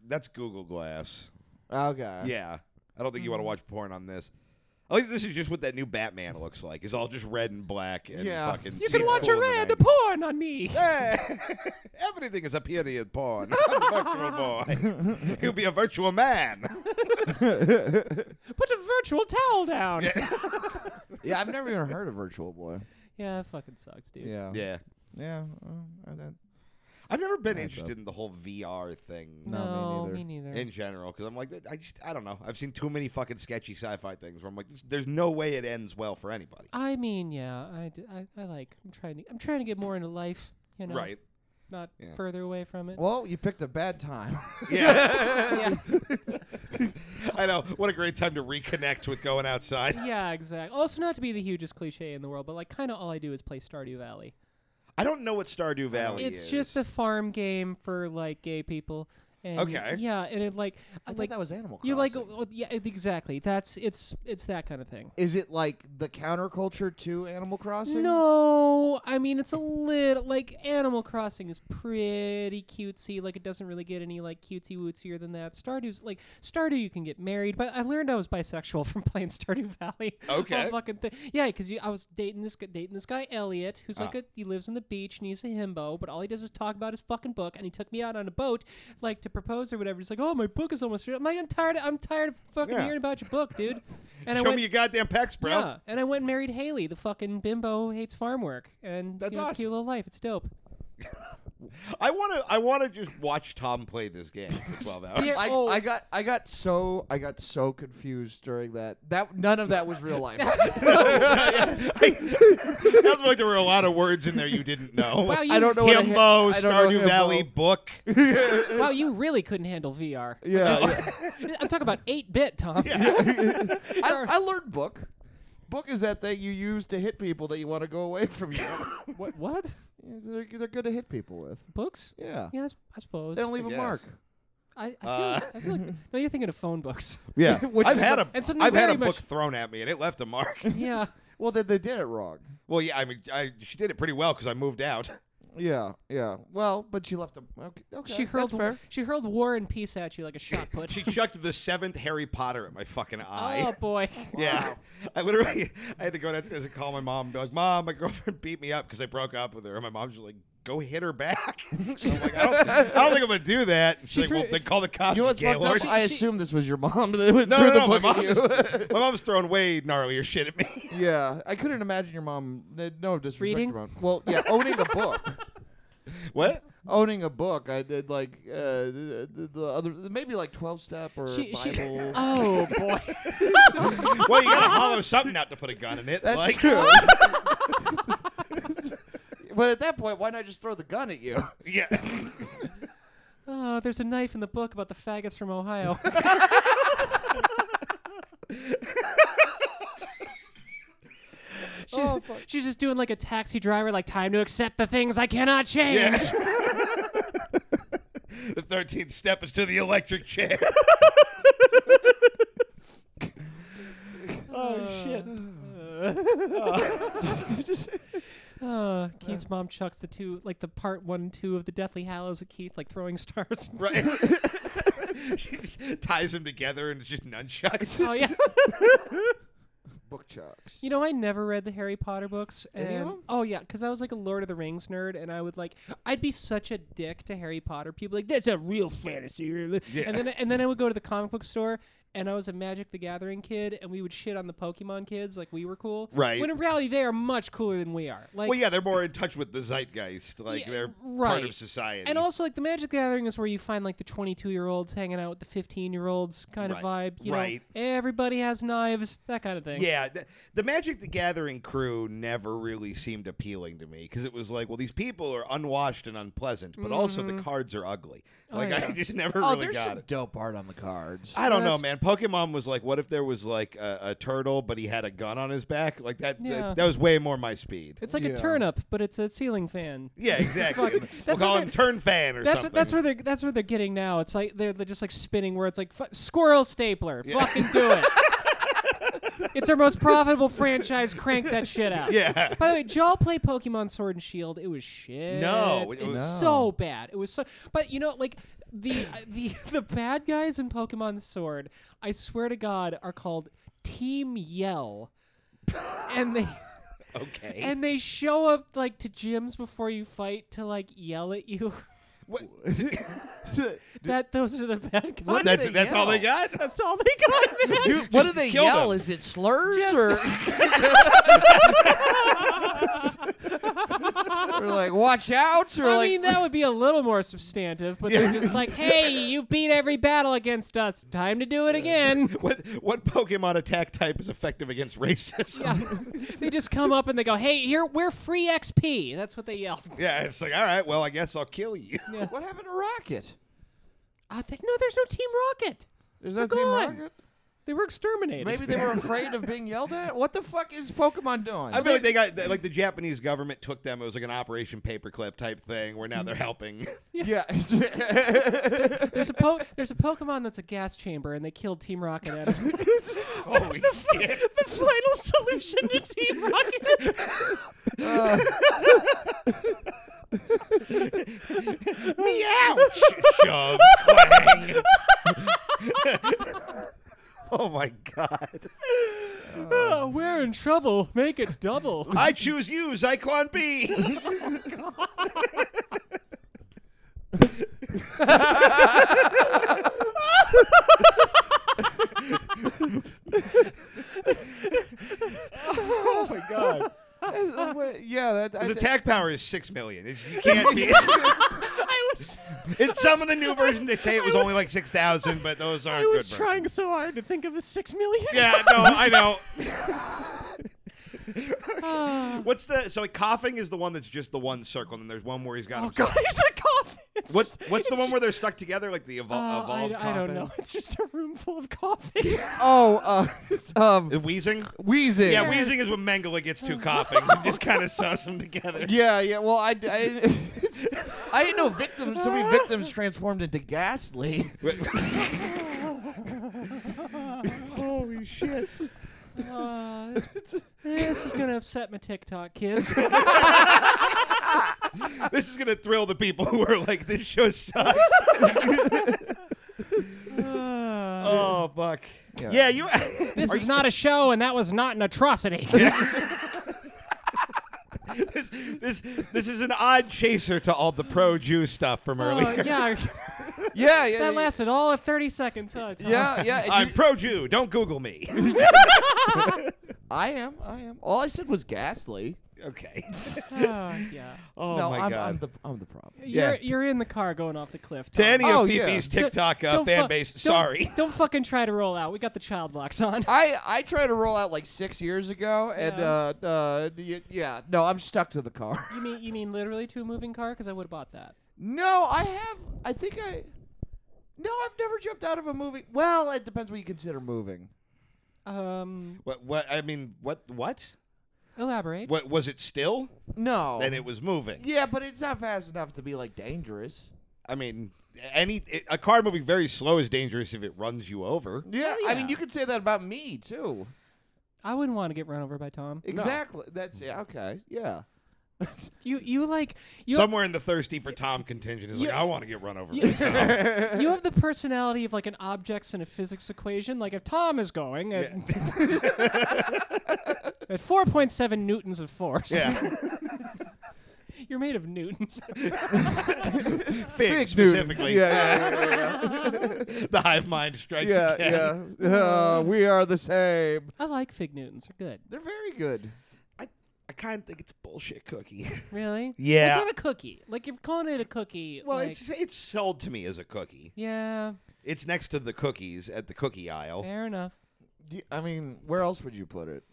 S1: That's Google Glass.
S2: Okay.
S1: Yeah. I don't think you want to
S3: Mm-hmm.
S1: watch porn on this. I think this is just what that new Batman looks like. It's all just red and black and
S2: Yeah.
S1: fucking.
S3: You
S1: seems
S3: can watch
S1: cool
S3: a
S1: in the
S3: red
S1: 90s.
S3: porn on me.
S1: Hey, everything is a period porn. I'm a virtual boy. He'll be a virtual man.
S3: Put a virtual towel down. Yeah,
S2: Yeah, I've never even heard of Virtual Boy.
S3: that fucking sucks, dude.
S2: Yeah.
S1: Yeah.
S2: Yeah. well, I- that-
S1: I've never been
S2: Yeah,
S1: interested
S2: but-
S1: in the whole VR thing
S2: No,
S3: No,
S2: me
S3: me neither.
S1: in general because I'm like, I just, I don't know. I've seen too many fucking sketchy sci-fi things where I'm like, there's no way it ends well for anybody.
S3: I mean, yeah, I, d- I, I like. I'm trying to. I'm trying to get more into life. You know,
S1: Right.
S3: Not
S1: Yeah.
S3: further away from it.
S2: Well, you picked a bad time.
S1: Yeah.
S3: yeah.
S1: I know. What a great time to reconnect with going outside.
S3: Yeah, exactly. Also, not to be the hugest cliche in the world, but like, kind of all I do is play Stardew Valley.
S1: I don't know what Stardew Valley
S3: it's
S1: is.
S3: just a farm game for like gay people. And
S1: Okay.
S3: Yeah, and it like
S2: I thought
S3: like
S2: that was Animal Crossing.
S3: you like oh, oh, yeah it- exactly. That's it's it's that kind of thing.
S2: Is it like the counterculture to Animal Crossing?
S3: No, I mean it's a little like Animal Crossing is pretty cutesy. Like it doesn't really get any like cutesy wootsier than that. Stardew's like Stardew, you can get married. But I learned I was bisexual from playing Stardew Valley.
S1: Okay.
S3: Whole fucking thing. Yeah, because I was dating this gu- dating this guy Elliot, who's like
S1: Ah.
S3: a he lives on the beach and he's a himbo, but all he does is talk about his fucking book. And he took me out on a boat like to propose or whatever. He's like, oh my book is almost. I'm like, I'm tired. Of, I'm tired of fucking
S1: Yeah.
S3: hearing about your book, dude. And
S1: Show
S3: I went,
S1: me your goddamn pecs, bro.
S3: yeah, and I went and married Haley, the fucking bimbo who hates farm work. And
S1: That's
S3: you know,
S1: awesome.
S3: cute little life. It's dope.
S1: I want to. I want to just watch Tom play this game for twelve hours.
S3: There-
S2: I,
S3: Oh.
S2: I got I got so I got so confused during that that none of that was real life.
S1: I- Sounds like there were a lot of words in there you didn't know.
S3: Wow, you,
S2: I don't know what a ha-
S1: Himbo,
S2: I don't know
S1: Stardew
S2: himbo.
S1: Valley book.
S3: wow, you really couldn't handle VR.
S2: Yeah,
S3: I'm talking about 8 bit, Tom.
S2: I, I learned book. Book is that thing you use to hit people that you want to go away from you.
S3: What? what?
S2: they're, they're good to hit people with.
S3: Books?
S2: Yeah,
S3: Yeah, I, s- I suppose.
S2: they don't leave
S1: I
S2: a
S1: guess.
S2: mark.
S3: I, I, feel
S1: Uh,
S3: like, I feel like. No, you're thinking of phone books.
S1: Yeah,
S2: Which
S1: I've
S2: is
S1: had
S2: a-
S1: a
S3: and something
S1: I've had
S3: very
S1: a book
S3: much-
S1: thrown at me and it left a mark.
S3: Yeah.
S2: Well, then they did it wrong.
S1: well, yeah, I mean, I, she did it pretty well because I moved out.
S2: Yeah, yeah. Well, but she left them. Okay, okay
S3: She hurled,
S2: that's fair.
S3: she hurled war and peace at you like a shot put.
S1: She chucked the seventh Harry Potter at my fucking eye.
S3: oh, boy.
S1: Yeah, I literally I had to go downstairs and call my mom and be like, "Mom, my girlfriend beat me up because I broke up with her." And my mom's just like, "Go hit her back." so I'm like, I don't, I don't think I'm gonna do that. And she's
S3: She
S1: like,
S3: threw-
S1: "Well, then call the cops."
S2: You know what's fucked
S1: Gaylord."
S2: up? I
S3: she-
S2: assume this was your mom that went
S1: No,
S2: through
S1: no,
S2: the
S1: no, my
S2: book at
S1: mom is,
S2: you.
S1: my mom's throwing way gnarlier shit at me.
S2: Yeah, I couldn't imagine your mom. uh, No disrespect,
S3: Reading?
S2: to mom. Well, yeah, owning a book,
S1: what?
S2: owning a book. I did like uh, the, the- the other, maybe like twelve step or
S3: She- she-
S2: Bible.
S3: Oh, boy.
S1: Well, you gotta hollow something out to put a gun in it.
S2: That's
S1: like,
S2: true. but at that point, why not just throw the gun at you?
S1: Yeah.
S3: Oh, there's a knife in the book about the faggots from Ohio. she's,
S2: Oh, fuck.
S3: she's just doing like a taxi driver, like time to accept the things I cannot change.
S1: yeah. the thirteenth step is to the electric chair.
S3: Oh shit. Uh, Keith's mom chucks the two, like the part one and two of the Deathly Hallows at Keith, like throwing stars.
S1: Right. she just ties them together and it's just nunchucks.
S3: oh yeah.
S2: book chucks.
S3: You know, I never read the Harry Potter books. And,
S2: Any of 'em?
S3: Oh yeah, because I was like a Lord of the Rings nerd, and I would like, I'd be such a dick to Harry Potter people. Like, that's a real fantasy. And then and then I would go to the comic book store. And I was a Magic the Gathering kid, and we would shit on the Pokemon kids like we were cool.
S1: Right.
S3: When in reality, they are much cooler than we are. Like,
S1: well, yeah, they're more in touch with the zeitgeist. Like
S3: Yeah,
S1: they're part
S3: right.
S1: of society.
S3: And also, like the Magic the Gathering is where you find like the 22 year olds hanging out with the 15 year olds kind of
S1: Right.
S3: vibe. You know?
S1: Right.
S3: everybody has knives, that kind of thing.
S1: yeah, the, the Magic the Gathering crew never really seemed appealing to me because it was like, well, these people are unwashed and unpleasant, but also the cards are ugly. Like I
S3: Mm-hmm. yeah.
S1: just never
S2: oh,
S1: really
S2: there's
S1: got
S2: some
S1: it.
S2: dope art on the cards.
S1: I don't know,
S3: That's-
S1: man. Pokemon was like, what if there was like a, a turtle, but he had a gun on his back? Like that. that-
S3: Yeah.
S1: That, was way more my speed.
S3: It's like
S2: Yeah.
S3: a turnip, but it's a ceiling fan.
S1: yeah, exactly.
S3: that's
S1: we'll
S3: what
S1: call
S3: they-
S1: him Turn Fan or
S3: That's
S1: something.
S3: what, that's where they're that's where they're getting now. It's like they're, they're just like spinning where it's like fu- squirrel stapler, fucking do it. it's our most profitable franchise. Crank that shit out.
S1: Yeah.
S3: By the way, did y'all play Pokemon Sword and Shield? It was shit.
S1: No, it
S3: it
S1: was-
S3: was
S2: No.
S3: so bad. It was so. But you know, like the the the bad guys in Pokemon Sword, I swear to God, are called Team Yell, and they.
S1: Okay.
S3: And they show up like to gyms before you fight to like yell at you. that those are the bad guys.
S2: What
S1: that's
S2: they
S1: that's all they
S2: yell?
S1: got.
S3: That's all they got, man.
S2: Dude, what do they
S1: kill
S2: yell?
S1: them.
S2: Is it slurs
S3: Just-
S2: or? They're like, watch out! Or
S3: I
S2: like,
S3: mean, that would be a little more substantive, but they're just like, hey, you beat every battle against us. Time to do it again.
S1: What what Pokemon attack type is effective against racism?
S3: Yeah. they just come up and they go, hey, here, we're free XP. That's what they yell.
S1: Yeah, it's like all right. Well, I guess I'll kill you.
S2: what happened to Rocket?
S3: I think, Uh, no, there's no Team Rocket.
S2: There's no
S3: They're
S2: Team
S3: gone.
S2: Rocket.
S3: They were exterminated.
S2: Maybe they were afraid of being yelled at. What the fuck is Pokemon doing?
S1: I feel like they got like the Japanese government took them. It was like an Operation Paperclip type thing where now they're helping.
S2: yeah.
S3: there's, a po- there's a Pokemon that's a gas chamber, and they killed Team Rocket at it.
S1: Holy shit!
S3: the final solution to Team Rocket.
S1: Meow. Shove. Clang. oh my god!
S3: Oh, we're in trouble. Make it double.
S1: I choose you, Zyklon B. oh my god!
S3: Oh,
S2: That's- uh, wait, yeah, I, I,
S1: His attack power is six million. It- You can't be.
S3: I was
S1: In some of the new versions, they say it was only like six thousand, but those aren't.
S3: I was
S1: good
S3: trying
S1: versions.
S3: so hard to think of a six million.
S1: Yeah, no, I know.
S3: Ah.
S1: What's the so like, coughing is the one that's just the one circle, and then there's one where he's got.
S3: oh
S1: himself-
S3: god, he's a coffin. It's
S1: What's
S3: just-
S1: what's the
S3: it's
S1: one where they're stuck together, like the evol-
S3: Uh, I,
S1: evolved
S3: I
S1: coffin?
S3: don't know. It's just a room full of coffins.
S2: oh, uh, um,
S1: The wheezing.
S2: Weezing.
S1: Yeah, wheezing is when Mengele gets
S3: Oh.
S1: two coughings and just kind of sews them together.
S2: Yeah, yeah. Well, I, I, I didn't know victims. So many victims transformed into Ghastly.
S1: Holy shit!
S3: Uh, this, this is gonna upset my TikTok kids. Uh,
S1: This is gonna thrill the people who are like, "This show sucks."
S3: Uh,
S1: oh fuck!
S2: Yeah.
S1: Yeah, you.
S3: this is not a show, and that was not an atrocity.
S1: this, this this is an odd chaser to all the pro Jew stuff from
S3: Oh,
S1: earlier.
S3: yeah,
S2: Yeah, yeah.
S3: that lasted all of thirty seconds. Huh, Tom?
S2: Yeah, yeah. and
S1: I'm
S2: you-
S1: pro Jew. Don't Google me.
S2: I am. I am. All I said was Ghastly.
S1: okay.
S3: Oh, yeah.
S1: Oh
S2: no,
S1: my
S2: I'm,
S1: god.
S2: I'm the I'm the problem.
S3: You're
S1: Yeah.
S3: you're in the car going off the cliff. Tom.
S1: to any
S2: Oh,
S1: of
S2: yeah.
S1: Fifi's
S3: Don't-
S1: TikTok uh,
S3: don't
S1: fan
S3: fu-
S1: base,
S3: don't-
S1: sorry.
S3: Don't fucking try to roll out. We got the child locks on.
S2: I I tried to roll out like six years ago, and
S3: Yeah.
S2: uh, uh y- yeah, no, I'm stuck to the car.
S3: You mean you mean literally to a moving car? Because I would have bought that.
S2: No, I have. I think I. No, I've never jumped out of a moving. Well, it depends what you consider moving.
S3: Um,
S1: What? What? I mean, what? What?
S3: elaborate.
S1: What was it still?
S2: No.
S1: Then it was moving.
S2: Yeah, but it's not fast enough to be like dangerous.
S1: I mean, any it, a car moving very slow is dangerous if it runs you over.
S2: Yeah,
S3: Well,
S2: I mean,
S3: yeah.
S2: you could say that about me too.
S3: I wouldn't want to get run over by Tom.
S2: Exactly. That's yeah, okay. Yeah.
S3: You you like you
S1: Somewhere in the thirsty for Tom contingent is like,
S3: Yeah.
S1: I want to get run over.
S3: Yeah.
S1: by Tom."
S3: you have the personality of like an objects in a physics equation. Like if Tom is going at, at 4.7 newtons of force,
S1: yeah.
S3: you're made of newtons.
S1: Fig,
S2: Fig
S1: specifically.
S2: Yeah, yeah, yeah,
S1: the hive mind strikes
S2: yeah.
S1: again.
S2: yeah, yeah. Uh, we are the same.
S3: I like fig newtons. They're good.
S2: They're very good.
S1: I, I kind of think it's bullshit cookie.
S3: Really?
S1: Yeah.
S3: It's not a cookie. Like you're calling it a cookie.
S1: Well,
S3: like,
S1: it's it's sold to me as a cookie.
S3: yeah,
S1: It's next to the cookies at the cookie aisle.
S3: fair enough.
S2: Y- I mean, where else would you put it?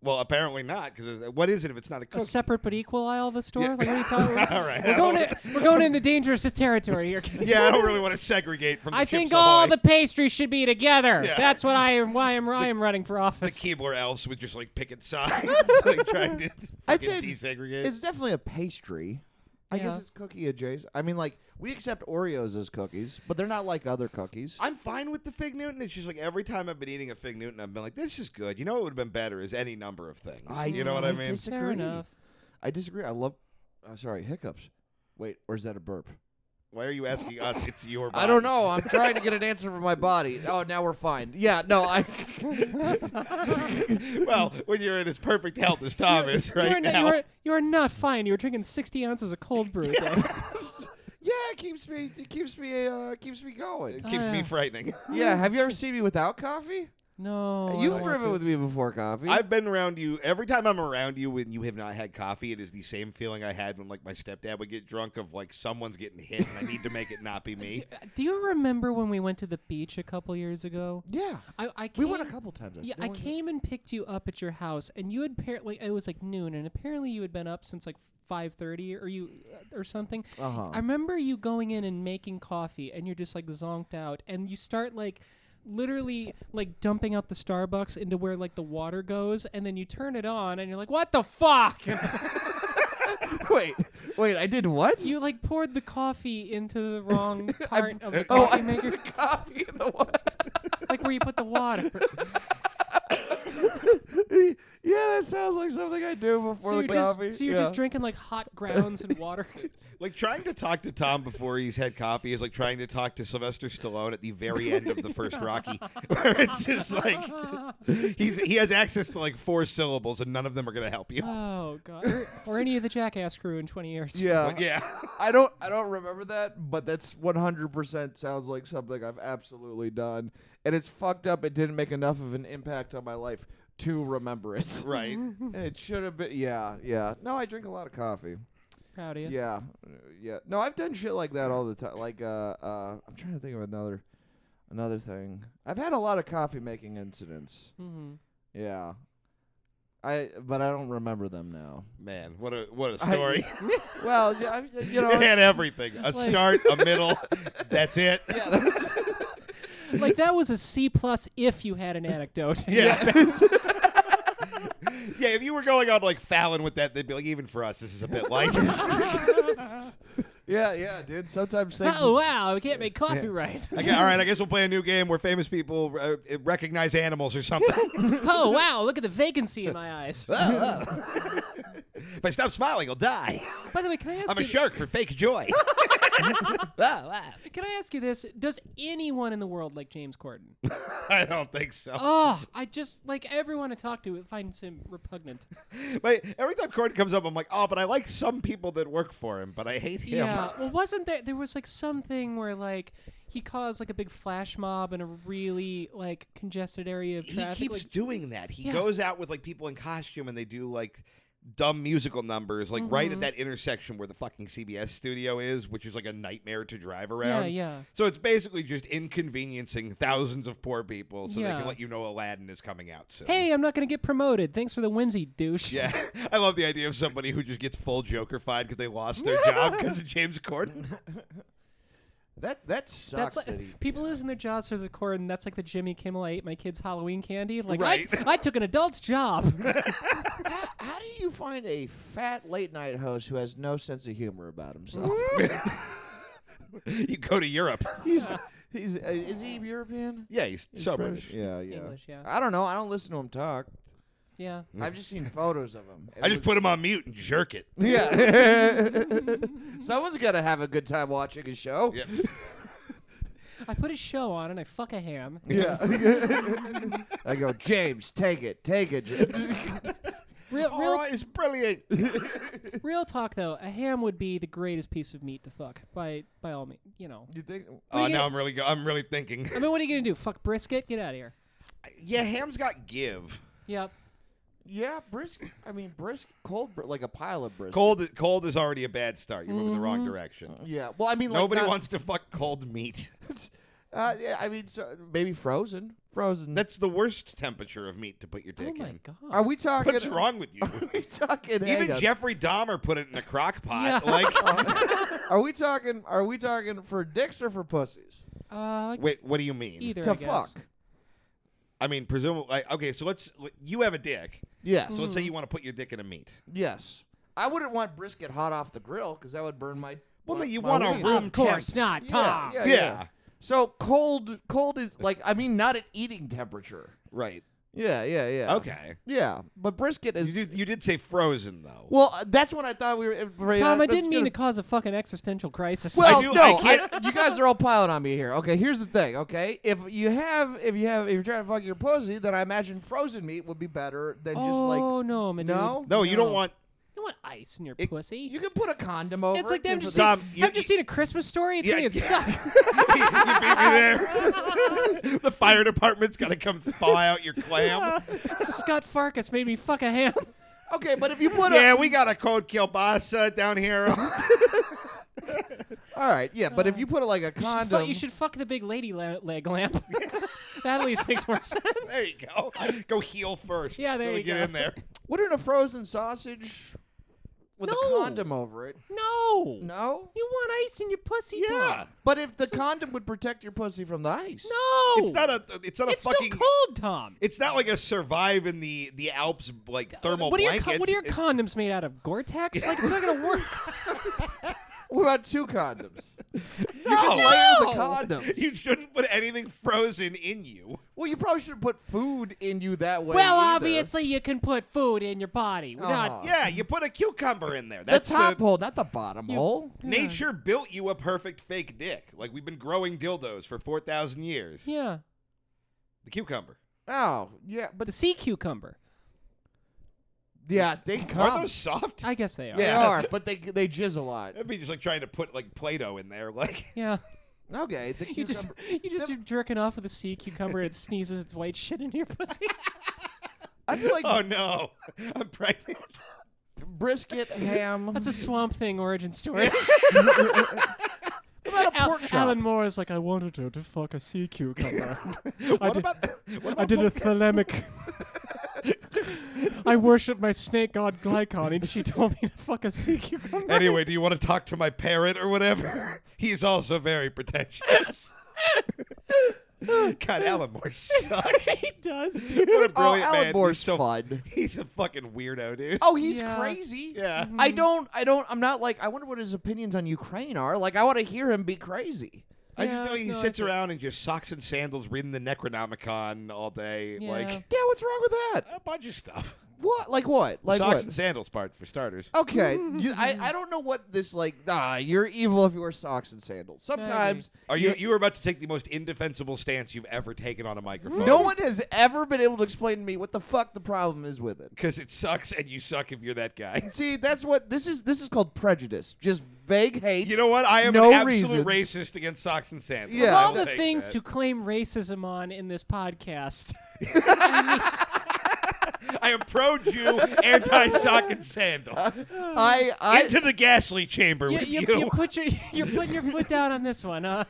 S1: Well, apparently not because what is it if it's not a
S3: A
S1: cookie?
S3: separate but equal aisle of the store. Like what are you talking about?
S1: All right.
S3: We're going to, we're going into dangerous territory here.
S1: yeah, I don't really want to segregate from. The
S3: I
S1: Chips
S3: think all
S1: Ahoy.
S3: the pastries should be together.
S1: Yeah.
S3: That's what I am. Why I'm I am running for
S1: the
S3: office.
S1: Keebler elves with just like picket signs, like trying to
S2: I'd
S1: fucking
S2: say it's-
S1: desegregate.
S2: It's definitely a pastry. I guess
S3: Yeah.
S2: it's cookie adjacent. I mean, like we accept Oreos as cookies, but they're not like other cookies.
S1: I'm fine with the fig Newton. It's just like every time I've been eating a fig Newton, I've been like, "This is good." You know, what would have been better is any number of things. you know what I mean?
S2: Disagree.
S3: Fair enough.
S2: I disagree. I love. Uh, sorry, hiccups. Wait, or is that a burp?
S1: Why are you asking us? It's your. Body.
S2: I don't know. I'm trying to get an answer for my body. Oh, now we're fine. Yeah, no, I.
S1: well, when you're in as perfect health as Tom is right
S3: you are
S1: now,
S3: Not, you, are, you are not fine. You were drinking 60 ounces of cold brew. a day.
S2: Yeah, it keeps me. It keeps me. Uh, keeps me
S1: it
S2: going.
S1: keeps
S3: yeah.
S1: me frightening.
S2: Yeah. Have you ever seen me without coffee?
S3: No. Oh,
S2: You've
S3: I don't want
S2: driven
S3: to.
S2: with me before coffee.
S1: I've been around you every time I'm around you when you have not had coffee. It is the same feeling I had when like my stepdad would get drunk of like someone's getting hit and I need to make it not be me.
S3: Do you remember when we went to the beach a couple years ago?
S2: yeah.
S3: I, I
S2: We
S3: came,
S2: went a couple times.
S3: Yeah,
S2: think.
S3: I came and picked you up at your house, and you had apparently it was like noon, and apparently you had been up since like 5:30 or you or something.
S2: Uh-huh.
S3: I remember you going in and making coffee, and you're just like zonked out, and you start like literally like dumping out the Starbucks into where like the water goes, and then you turn it on, and you're like, "What the fuck?" And
S2: Wait, wait. I did what?
S3: You like poured the coffee into the wrong part of the
S2: oh,
S3: coffee
S2: I
S3: maker,
S2: the coffee in the water.
S3: like where you put the water.
S2: yeah, that sounds like something I do before
S3: so
S2: the
S3: you're just,
S2: coffee.
S3: so you're
S2: yeah.
S3: just drinking like hot grounds and water.
S1: Like trying to talk to Tom before he's had coffee is like trying to talk to Sylvester Stallone at the very end of the first Rocky, where it's just like he's he has access to like four syllables and none of them are gonna help you.
S3: oh god, or, or any of the Jackass crew in 20 years.
S2: Yeah.
S1: But yeah,
S2: I don't I don't remember that, but that's 100% sounds like something I've absolutely done. And it's fucked up it didn't make enough of an impact on my life. to remember it.
S1: Right.
S3: Mm.
S2: it should have been. Yeah, yeah. No, I drink a lot of coffee.
S3: Proud of you.
S2: Yeah, uh, yeah. No, I've done shit like that all the time. Like, uh, uh, I'm trying to think of another, another thing. I've had a lot of coffee making incidents.
S3: Mm-hmm.
S2: Yeah, I but I don't remember them now.
S1: Man, what a what a
S2: I-
S1: story.
S2: well, yeah, I, you know,
S1: it had
S2: it's-
S1: everything. A start, a middle, that's it.
S2: yeah, that's,
S3: like that was a C plus if you had an anecdote.
S1: Yeah. yeah, if you were going on like Fallon with that, they'd be like, even for us, this is a bit light.
S2: yeah, yeah, dude. Sometimes things.
S3: oh wow, we can't make coffee right.
S1: I gu- all right, I guess we'll play a new game where famous people uh, recognize animals or something.
S3: oh wow, look at the vacancy in my eyes.
S2: Ah.
S1: if I stop smiling, I'll die.
S3: By the way, can I ask
S1: I'm a
S3: you?
S1: shark for fake joy. Ah,
S3: Can I ask you this? Does anyone in the world like James Corden?
S1: I don't think so.
S3: oh, I just like everyone I talk to finds him repugnant.
S1: But every time Corden comes up, I'm like, oh, but I like some people that work for him, but I hate him.
S3: Yeah. Well, wasn't there? There was like something where like he caused like a big flash mob in a really like congested area of
S1: He
S3: traffic.
S1: keeps
S3: like,
S1: doing that. He
S3: Yeah.
S1: goes out with like people in costume and they do like dumb musical numbers, like right
S3: Mm-hmm.
S1: at that intersection where the fucking CBS studio is, which is like a nightmare to drive around.
S3: yeah.
S1: So it's basically just inconveniencing thousands of poor people so they
S3: Yeah.
S1: can let you know Aladdin is coming out soon.
S3: hey, I'm not gonna get promoted. Thanks for the whimsy, douche.
S1: Yeah, I love the idea of somebody who just gets full Joker-fied because they lost their job because of James Corden.
S2: that that sucks.
S3: That's like,
S2: that he,
S3: people losing their jobs for the Corden. That's like the Jimmy Kimmel. I ate my kids' Halloween candy. Like
S1: Right.
S3: I, I took an adult's job.
S2: how, how do you find a fat late night host who has no sense of humor about himself?
S1: you go to Europe.
S2: he's he's uh, is he European?
S1: Yeah, he's so British.
S2: Yeah, yeah.
S3: English, yeah.
S2: I don't know. I don't listen to him talk.
S3: yeah.
S2: I've just seen photos of him.
S1: I just put him on mute and jerk it.
S2: Yeah. Someone's got to have a good time watching a show.
S1: Yeah.
S3: I put a show on and I fuck a ham.
S2: Yeah. I go, James, take it, take it. James."
S3: Real, real,
S1: Oh, it's brilliant.
S3: real talk though. A ham would be the greatest piece of meat to fuck by by all means. You know.
S2: you think?
S1: Oh,
S3: What do
S1: now
S3: you get-
S1: I'm really, go- I'm really thinking.
S3: I mean, what are you gonna do? Fuck brisket? Get out of here.
S1: Yeah, Ham's got give.
S3: Yep.
S2: Yeah, brisk. I mean, brisk, cold, br- like a pile of brisk.
S1: Cold, cold is already a bad start. You're moving the wrong direction.
S2: Yeah. Well, I mean, like
S1: Nobody
S2: not-
S1: wants to fuck cold meat.
S2: Uh, yeah, I mean, so maybe frozen, frozen.
S1: That's the worst temperature of meat to put your
S3: Oh
S1: dick
S3: my
S1: in.
S3: god.
S2: Are we talking?
S1: What's wrong with you?
S2: Are we talking? hang
S1: Even
S2: on.
S1: Jeffrey Dahmer put it in a crock pot.
S3: Yeah.
S1: Like,
S2: Are we talking? Are we talking for dicks or for pussies?
S3: Uh,
S1: wait, what do you mean?
S3: either
S2: to
S3: I guess.
S2: fuck.
S1: I mean, presumably. Like, okay, so let's. You have a dick,
S2: Yes.
S1: so let's say
S3: Mm-hmm.
S1: you want to put your dick in a meat.
S2: Yes. I wouldn't want brisket hot off the grill because that would burn my.
S1: Well,
S2: my-
S1: no, you
S2: my
S1: want a
S2: wiener.
S1: room
S3: Of course
S1: temp.
S3: not, Tom.
S2: Yeah,
S1: Yeah.
S2: So cold, cold is like I mean, not at eating temperature.
S1: Right.
S2: Yeah, yeah,
S3: Um,
S2: yeah.
S1: Okay.
S2: Yeah, but brisket is.
S1: You did, you did say frozen though.
S2: well, uh, that's what I thought we were. uh,
S3: Tom, I
S2: that's
S3: didn't mean
S2: gonna-
S3: to cause a fucking existential crisis.
S2: Well,
S1: I do-
S2: no,
S1: I can't-
S2: I- you guys are all piling on me here. Okay, here's the thing. Okay, if you have, if you have, if you're trying to fuck your pussy, then I imagine frozen meat would be better than
S3: oh
S2: just like.
S3: no, man.
S2: No?
S1: no, you don't
S3: No.
S1: want.
S3: You want ice in your
S1: It-
S3: pussy?
S2: You can put a condom over.
S3: it's like
S2: it
S3: them
S2: and
S3: just.
S2: for the-
S1: Tom,
S3: seen-
S1: you-
S3: I've just seen a Christmas story. It's
S1: Yeah,
S3: me. It's
S1: yeah.
S3: stuck.
S1: you beat me there. the fire department's got to come thaw out your clam.
S3: Scott Farkas made me fuck a ham.
S2: Okay, but if you put
S1: yeah,
S2: a.
S1: we got a cold kielbasa down here.
S2: All right, yeah, but if you put a, like a
S3: Uh. You should, fu-
S2: condom.
S3: you should fuck the big lady la- leg lamp. that at least makes more sense.
S1: there you go. Go heel first.
S3: Yeah, there
S1: really
S3: you
S1: get
S3: go.
S1: in there.
S2: Wouldn't a frozen sausage with a
S3: No.
S2: condom over it?
S3: No.
S2: No.
S3: You want ice in your pussy,
S1: Yeah.
S3: Tom?
S2: But if the condom would protect your pussy from the ice.
S3: No.
S1: It's not a. It's not a
S3: It's
S1: fucking.
S3: still cold, Tom.
S1: It's not like a survive in the the Alps like thermal
S3: what are your
S1: blankets.
S3: co- what are your
S1: It-
S3: condoms made out of? Gore-Tex? Like it's not gonna work.
S2: What about two condoms?
S1: you can
S2: Layer
S1: layer-
S2: the
S3: No.
S2: condoms.
S1: You shouldn't put anything frozen in you.
S2: well, you probably should have put food in you that way.
S3: well,
S2: either.
S3: obviously you can put food in your body. We're not-
S2: Uh-huh.
S1: Yeah, you put a cucumber in there.
S2: The
S1: That's
S2: top hole, not the bottom hole.
S1: Nature built you a perfect fake dick. Like we've been growing dildos for four thousand years.
S3: yeah.
S1: The cucumber.
S2: Oh, yeah, but
S3: The sea cucumber.
S2: yeah, they come.
S1: Are those soft?
S3: I guess they are.
S2: they
S1: Yeah.
S2: are, but they they jizz a lot.
S1: That'd be just like trying to put like Play-Doh in there. Like
S3: Yeah.
S2: Okay, the
S3: You just
S2: cucumber.
S3: you just you're jerking off with a sea cucumber and it sneezes its white shit into your pussy.
S2: I I feel like
S1: oh no, I'm pregnant.
S2: brisket, ham.
S3: That's a Swamp Thing origin story.
S2: what about a
S3: Al-
S2: pork chop?
S3: Alan Moore is like, I wanted her to fuck a sea cucumber. I
S2: what
S3: did,
S2: about? what
S3: I
S2: about
S3: did a
S2: pork
S3: thalamic. I worship my snake god Glycon, and she told me to fuck a sea cucumber.
S1: anyway, do you want to talk to my parrot or whatever? He's also very pretentious. God, Alan Moore sucks.
S3: he does, dude.
S1: What a
S2: Oh,
S1: brilliant
S2: Alan
S1: man.
S2: Moore's
S1: he's, so,
S2: fun.
S1: he's a fucking weirdo, dude.
S2: Oh, Mm-hmm. he's
S3: Yeah.
S2: crazy.
S1: Yeah.
S2: I don't. I don't. I'm not like. I wonder what his opinions on Ukraine are. Like, I want to hear him be crazy.
S1: I just
S3: Yeah,
S1: know he
S3: no, I
S1: sits
S3: think-
S1: around in just socks and sandals reading the Necronomicon all day.
S3: Yeah.
S1: Like,
S2: Yeah, what's wrong with that?
S1: a bunch of stuff.
S2: What? Like what? Like
S1: socks
S2: what? Oh,
S1: and sandals part, for starters.
S2: Okay, you, I, I don't know what this like. Ah, you're evil if you wear socks and sandals. Sometimes
S1: Are you you were about to take the most indefensible stance you've ever taken on a microphone?
S2: no one has ever been able to explain to me what the fuck the problem is with it.
S1: because it sucks and you suck if you're that guy.
S2: See, that's what this is. This is called prejudice. Just vague hate.
S1: You know what? I am
S2: No
S1: an absolute
S2: reasons.
S1: racist against socks and sandals.
S2: Yeah.
S3: Of
S1: I
S3: all
S1: will
S3: the
S1: take
S3: things
S1: that.
S3: to claim racism on in this podcast.
S1: I am pro Jew, anti sock and sandal.
S2: I I
S1: Into the ghastly chamber
S3: you,
S1: with
S3: you-
S1: you.
S3: you put your, you're putting your foot down on this one, huh?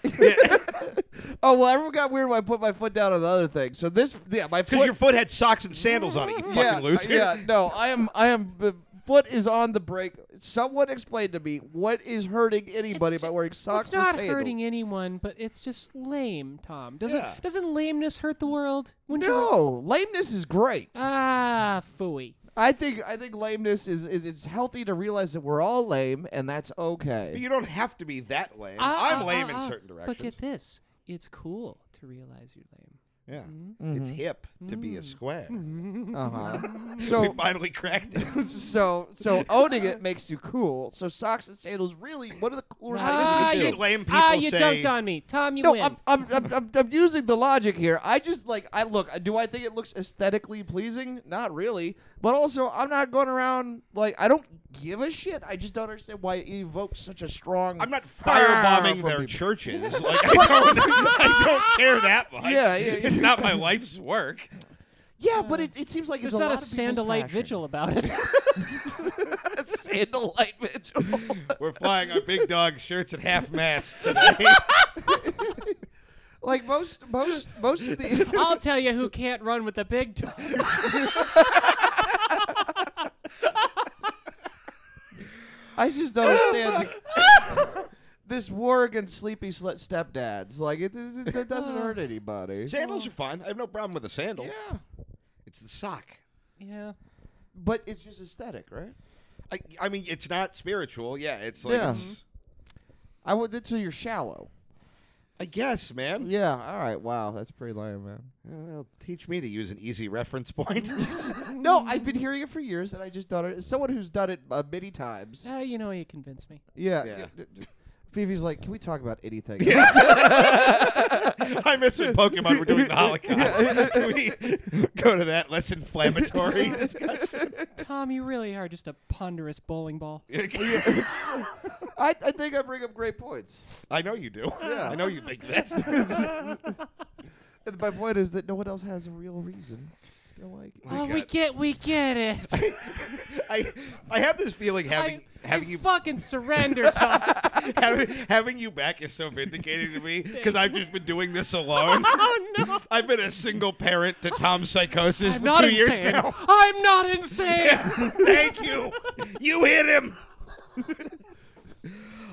S2: oh well, everyone got weird when I put my foot down on the other thing. So this, yeah, my
S1: Because
S2: foot.
S1: your foot had socks and sandals on it, you fucking
S2: yeah,
S1: loser.
S2: yeah, no, I am I am the foot is on the brake. Someone explain to me what is hurting anybody
S3: It's
S2: by
S3: ju-
S2: wearing socks
S3: it's not
S2: with sandals.
S3: hurting anyone, but it's just lame, Tom. Doesn't
S1: Yeah.
S3: doesn't lameness hurt the world? Wouldn't you-
S2: No, lameness is great.
S3: Ah, phooey.
S2: I think I think lameness is, is it's healthy to realize that we're all lame and that's
S1: But
S2: okay.
S1: you don't have to be that lame.
S3: Ah,
S1: I'm
S3: ah,
S1: lame
S3: ah,
S1: in
S3: ah.
S1: certain
S3: But get
S1: directions.
S3: this: it's cool to realize you're lame.
S1: Yeah.
S2: Mm-hmm.
S1: It's hip to be a square.
S2: Uh-huh.
S1: We
S2: So
S1: finally cracked it.
S2: so so owning it makes you cool. So socks and sandals really one of the cooler
S3: Ah,
S2: things you
S3: you-
S2: can
S1: Shit,
S2: do.
S1: lame
S3: ah,
S1: people
S3: you
S1: say-
S3: dunked on me, Tom. You
S2: No, um,
S3: win.
S2: I'm, I'm, I'm, I'm, I'm using the logic here. I just like I look. Do I think it looks aesthetically pleasing? Not really. But also, I'm not going around like I don't give a shit. I just don't understand why it evokes such a strong.
S1: I'm not
S2: from
S1: firebombing their
S2: people.
S1: churches. Like I don't, I don't care that much.
S2: Yeah, yeah, yeah.
S1: It's not my life's work.
S2: Yeah, but it, it seems like
S3: There's
S2: it's
S3: not
S2: a
S3: a
S2: lot of people's
S3: sandalite
S2: passion.
S3: vigil about it.
S2: sandallight vigil.
S1: We're flying our big dog shirts at half mast today.
S2: like most most most of the.
S3: I'll tell you who can't run with the big dogs.
S2: I just don't understand the- this war against sleepy sl- stepdads. Like it, it, it doesn't hurt anybody.
S1: Sandals are fine. I have no problem with a sandal.
S2: Yeah,
S1: It's the sock.
S3: yeah.
S2: but it's just aesthetic, right?
S1: I, I mean, it's not spiritual. Yeah, it's like,
S2: Yeah.
S1: it's-
S2: I would. So you're shallow.
S1: I guess, man.
S2: Yeah. All right. Wow. That's pretty lame, man.
S1: Well, teach me to use an easy reference point.
S2: No, I've been hearing it for years, and I just don't. As someone who's done it uh, many times.
S3: Ah, you know you convinced me.
S2: Yeah.
S1: Yeah.
S2: d- d- Phoebe's like, can we talk about anything?
S1: I miss when Pokemon were doing the Holocaust. Can we go to that less inflammatory discussion?
S3: Tom, you really are just a ponderous bowling ball.
S2: I, I think I bring up great points.
S1: I know you do.
S2: Yeah.
S1: I know you think that.
S2: And my point is that no one else has a real reason. They're like,
S3: Oh, we get, we get it.
S1: I I have this feeling having
S3: I,
S1: having
S3: I
S1: you
S3: fucking surrender, Tom.
S1: having, having you back is so vindicating to me because I've just been doing this alone.
S3: oh no.
S1: I've been a single parent to Tom's psychosis
S3: I'm
S1: for
S3: not
S1: two years
S3: insane.
S1: now.
S3: I'm not insane.
S1: Thank you. You hit him.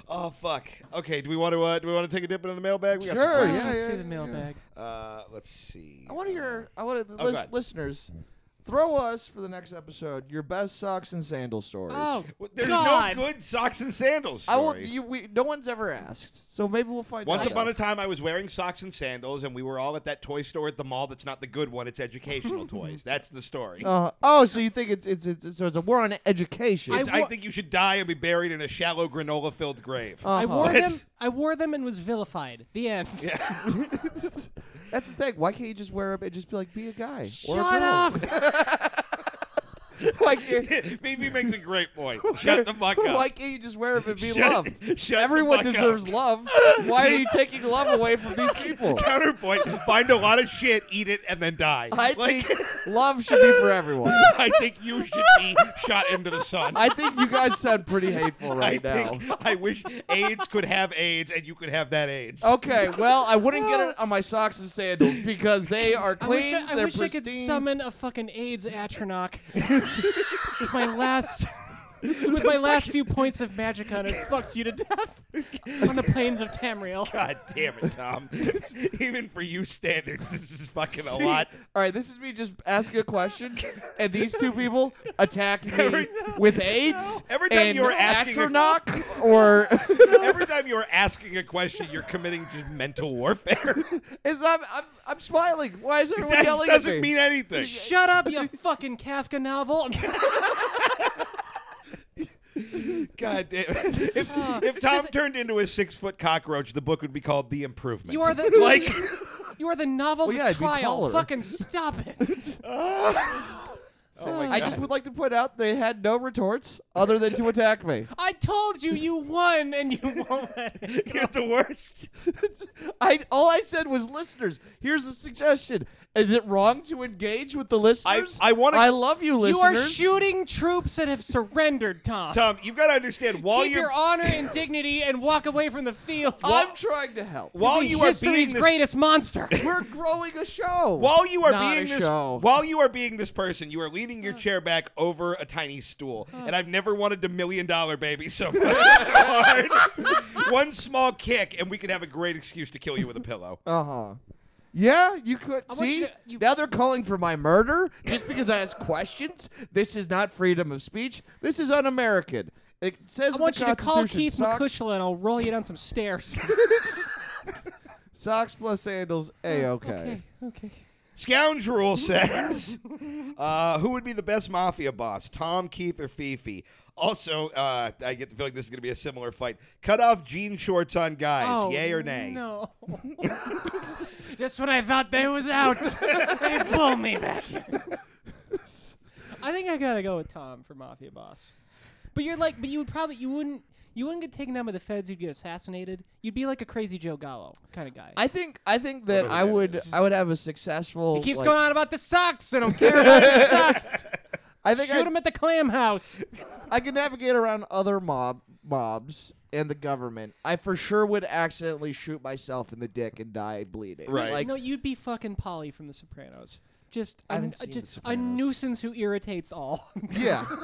S1: oh fuck. Okay. Do we want to uh, do we want to take a dip into the mailbag? We got some
S2: Sure,
S1: questions.
S3: Let's
S2: yeah, yeah,
S3: do
S2: yeah.
S3: the mailbag.
S1: Uh, let's see.
S2: I want to hear. I want to
S1: Oh,
S2: lis-
S1: God.
S2: listeners throw us for the next episode your best socks and sandal stories.
S3: Oh,
S1: What- There's
S3: God.
S1: no good socks and sandals.
S2: I will.
S1: story.
S2: You, we, no one's ever asked, so maybe we'll find
S1: Once
S2: out.
S1: upon a time, I was wearing socks and sandals, and we were all at that toy store at the mall. That's not the good one; it's educational toys. That's the story.
S2: Uh, oh, so you think it's it's, it's so it's a war on education?
S1: It's-
S3: I
S1: I
S3: wa-
S1: think you should die and be buried in a shallow granola-filled grave.
S3: I
S2: Uh-huh.
S3: wore them.
S1: What?
S3: I wore them and was vilified. The end.
S2: That's the thing. Why can't you just wear them and just be like, be a guy? or a
S3: Shut
S2: girl?
S3: up.
S2: like, you-
S1: Maybe makes a great point. Shut the fuck up.
S2: why can't you just wear it and be
S1: Shut-
S2: loved?
S1: shut the
S2: Everyone
S1: fuck up.
S2: deserves love. Why are you taking love away from these people?
S1: Counterpoint: Find a lot of shit, eat it, and then die.
S2: I
S1: Like-
S2: think love should be for everyone.
S1: I think you should be shot into the sun.
S2: I think you guys sound pretty hateful right
S1: I
S2: now.
S1: think I wish AIDS could have AIDS and you could have that AIDS.
S2: Okay, well, I wouldn't get it on my socks and sandals because they are
S3: I
S2: clean.
S3: wish, I, I
S2: they're
S3: wish I
S2: pristine.
S3: could summon a fucking AIDS atronach with my last with my last few points of magic on it. Fucks you to death on the plains of Tamriel.
S1: God damn it, Tom. Even for you standards, this is fucking
S2: See?
S1: a lot.
S2: All right, this is me just asking a question, and these two people attack me with AIDS.
S1: Every time
S2: and
S1: you're asking a-
S2: Atronach or
S1: Every time you're asking a question, you're committing just mental warfare.
S2: is I'm, I'm I'm smiling. Why is everyone
S1: that
S2: yelling at
S1: doesn't
S2: me?
S1: mean anything.
S3: Shut up, you fucking Kafka novel.
S1: God damn it. If,
S2: uh,
S1: if Tom turned into a six foot cockroach, the book would be called The Improvement.
S3: You are the-
S1: like
S3: you are the novel
S2: Well,
S3: to
S2: yeah, it'd be
S3: trial.
S2: taller.
S3: Fucking stop it. oh
S1: my
S2: I just would like to point out they had no retorts other than to attack me.
S3: I told you you won and you won't let it.
S1: you're the worst.
S2: I all I said was listeners. Here's a suggestion: Is it wrong to engage with the listeners?
S1: I wanna-
S2: I love you,
S3: You are
S2: listeners.
S3: shooting troops that have surrendered, Tom.
S1: Tom, you've got to understand while
S3: Keep
S1: you're
S3: your honor and dignity and walk away from the field.
S2: I'm trying to help.
S1: while
S3: Be
S1: you are
S3: history's
S1: being this
S3: greatest monster.
S2: We're growing a show.
S1: While you are
S2: Not
S1: being
S2: a
S1: this,
S2: show.
S1: while you are being this person, you are leaning your chair back over a tiny stool, and I've never wanted the million dollar baby so much, so hard. One small kick, and we could have a great excuse to kill you with a pillow.
S2: Uh huh. Yeah, you could
S3: want
S2: see.
S3: you to- you-
S2: now they're calling for my murder just because I asked questions. This is not freedom of speech. This is un-American. It says
S3: I
S2: in
S3: want
S2: the
S3: you to call
S2: Constitution,
S3: Keith
S2: socks,
S3: McCushla and I'll roll you down some stairs.
S2: socks plus sandals. A okay.
S3: Oh, okay.
S1: Scoundrel says, uh, "Who would be the best mafia boss, Tom, Keith, or Fifi?" Also, uh, I get the feeling this is going to be a similar fight. Cut off jean shorts on guys, yay or nay?
S3: Oh, No. Just when I thought they was out, they pull me back in. I think I gotta go with Tom for Mafia Boss. But you're like, but you would probably, you wouldn't, you wouldn't get taken down by the feds. You'd get assassinated. You'd be like a crazy Joe Gallo kind of guy.
S2: I think I think that
S1: Whatever
S2: I
S1: that
S2: would
S1: is.
S2: I would have a successful.
S3: he keeps
S2: like-
S3: going on about the socks. I don't care about the socks.
S2: I think
S3: Shoot
S2: I,
S3: him at the clam house.
S2: I could navigate around other mob mobs and the government. I for sure would accidentally shoot myself in the dick and die bleeding.
S1: Right.
S2: Like
S3: no, you'd be fucking Polly from The Sopranos. Just,
S2: I
S3: a-
S2: haven't
S3: a,
S2: seen The
S3: just a
S2: Sopranos.
S3: nuisance who irritates all.
S2: yeah.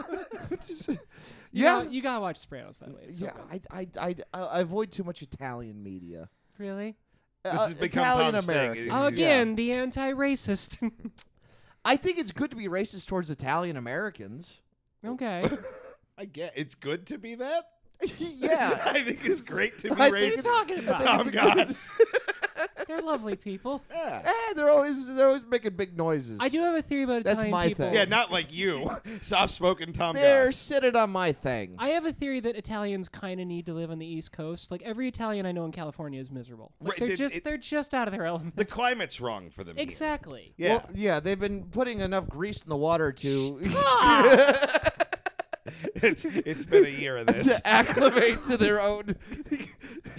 S3: You
S2: yeah.
S3: gotta- you gotta watch Sopranos, by the way. It's so
S2: Yeah,
S3: good.
S2: I, I, I, I I avoid too much Italian media.
S3: really.
S1: This
S2: Uh,
S1: has become
S2: Italian
S1: Tom's thing.
S2: American.
S1: Yeah.
S3: Again, the anti-racist.
S2: I think it's good to be racist towards Italian Americans.
S3: okay.
S1: I get it's good to be that.
S2: yeah.
S1: I think it's great to be
S2: I think
S1: racist.
S2: it's-
S3: What are you talking about?
S1: Tom Goss.
S3: They're lovely people.
S1: yeah.
S2: Eh, they're always they're always making big noises.
S3: I do have a theory about
S2: That's
S3: Italian
S2: my
S3: people.
S2: thing.
S1: Yeah, not like you. Soft spoken Tom
S2: They're
S1: Goss.
S2: sitting on my thing.
S3: I have a theory that Italians kind of need to live on the East Coast. Like every Italian I know in California is miserable. Like,
S1: Right,
S3: they're
S1: it-
S3: just
S1: it-
S3: they're just out of their element.
S1: The climate's wrong for them. here.
S3: exactly.
S1: Yeah.
S2: Well, yeah, they've been putting enough grease in the water to
S1: it's it's been a year of this.
S2: to acclimate to their own.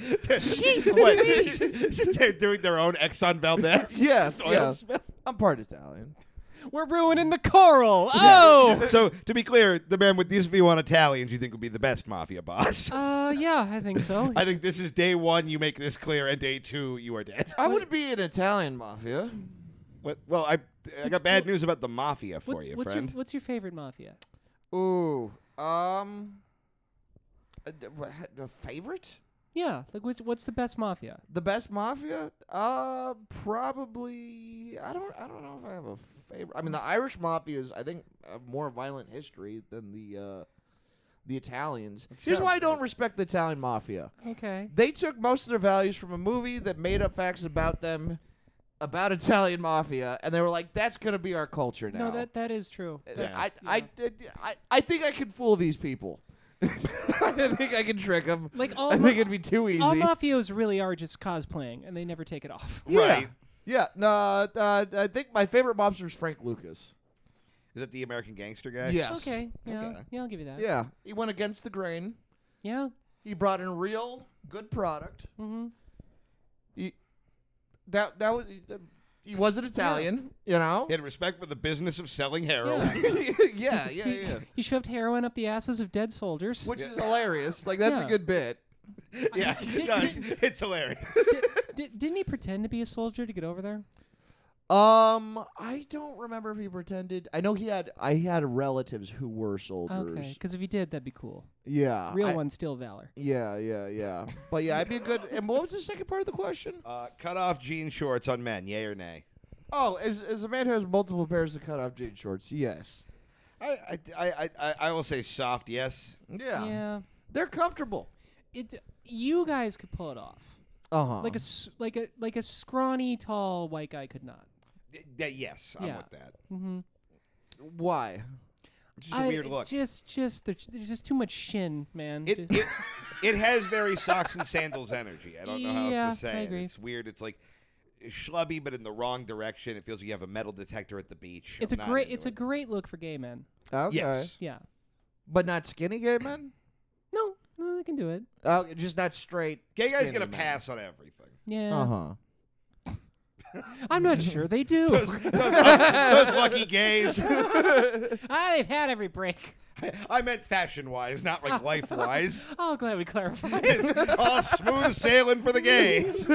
S1: Jeez, what? They're doing their own Exxon Valdez.
S2: Yes,
S1: Oil
S2: yeah.
S1: spill.
S2: I'm part Italian.
S3: We're ruining the coral. Oh.
S1: So to be clear, the man with these view on Italians, you think would be the best mafia boss.
S3: uh, yeah, I think so.
S1: I think this is day one. You make this clear, and day two, you are dead.
S2: I would be an Italian mafia.
S1: What, well, I I got bad news about the mafia for
S3: What's,
S1: you,
S3: what's your
S1: friend.
S3: what's your favorite mafia?
S2: Ooh, um, a, d- wha- a favorite?
S3: Yeah, like what's what's the best mafia?
S2: The best mafia? Uh, probably. I don't. I don't know if I have a favorite. I mean, the Irish mafia is, I think, a more violent history than the uh, the Italians. Here's why I don't respect the Italian mafia.
S3: Okay.
S2: They took most of their values from a movie that made up facts about them, about Italian mafia, and they were like, "That's gonna be our culture now."
S3: No, that that is true.
S1: Uh,
S3: That's-
S2: I,
S3: yeah.
S2: I, I, I think I can fool these people. I think I can trick them.
S3: Like, all
S2: I
S3: ma-
S2: think it'd be too easy.
S3: All mafios really are just cosplaying, and they never take it off.
S2: yeah.
S1: Right.
S2: Yeah. No, uh, I think my favorite mobster is Frank Lucas.
S1: Is that the American Gangster guy?
S2: Yes.
S3: Okay. Yeah.
S1: Okay.
S3: Yeah, I'll give you that.
S2: Yeah. He went against the grain.
S3: Yeah.
S2: He brought in real good product.
S3: Mm-hmm.
S2: He, that that was he wasn't Italian, you know.
S1: He had respect for the business of selling heroin.
S2: yeah, yeah, yeah.
S3: You shoved heroin up the asses of dead soldiers.
S2: Which is hilarious. Like that's
S3: Yeah.
S2: a good bit.
S1: Yeah,
S3: Did-
S1: no, it's,
S3: did-
S1: it's hilarious.
S3: Di- didn't he pretend to be a soldier to get over there?
S2: Um, I don't remember if he pretended. I know he had. I had relatives who were soldiers.
S3: Okay, because if he did, that'd be cool.
S1: Uh,
S2: Yeah.
S3: Real
S2: I-
S3: one, still valor.
S2: Yeah, yeah, yeah. But yeah, I'd be a good. And what was the second part of the question?
S1: Uh, cut off jean shorts on men, yay or nay?
S2: Oh, is is a man who has multiple pairs of cut off jean shorts? Yes.
S1: I, I, I, I, I will say soft yes.
S2: Yeah.
S3: Yeah,
S2: They're comfortable.
S3: it. You guys could pull it off.
S2: Uh
S1: Uh-huh.
S2: huh.
S3: Like a s- like a like a scrawny, tall white guy could not.
S1: Y- that- yes, I'm
S3: Yeah.
S1: with that.
S3: Mm-hmm.
S2: why?
S1: Just a weird look.
S3: Just just there's there's just too much shin, man.
S1: it,
S3: Just-
S1: it, it has very socks and sandals energy. I don't know how
S3: Yeah,
S1: else to say
S3: I
S1: it.
S3: agree.
S1: It's weird. It's like schlubby, but in the wrong direction. It feels like you have a metal detector at the beach.
S3: it's a
S1: I'm not
S3: great
S1: into
S3: it's a
S1: it.
S3: great look for gay men.
S2: Okay.
S1: yes.
S3: Yeah.
S2: But not skinny gay men.
S3: No, no, they can do it.
S2: Oh, just not straight.
S1: Gay guy's
S2: skinny
S1: gonna
S2: men.
S1: pass on everything.
S3: Yeah.
S2: Uh
S1: Uh-huh.
S2: huh.
S3: I'm not sure they do.
S1: Those, those, lucky, those lucky gays.
S3: ah, they've had every break.
S1: I meant fashion wise, not like life wise.
S3: Oh, glad we clarified.
S1: It's all smooth sailing for the gays.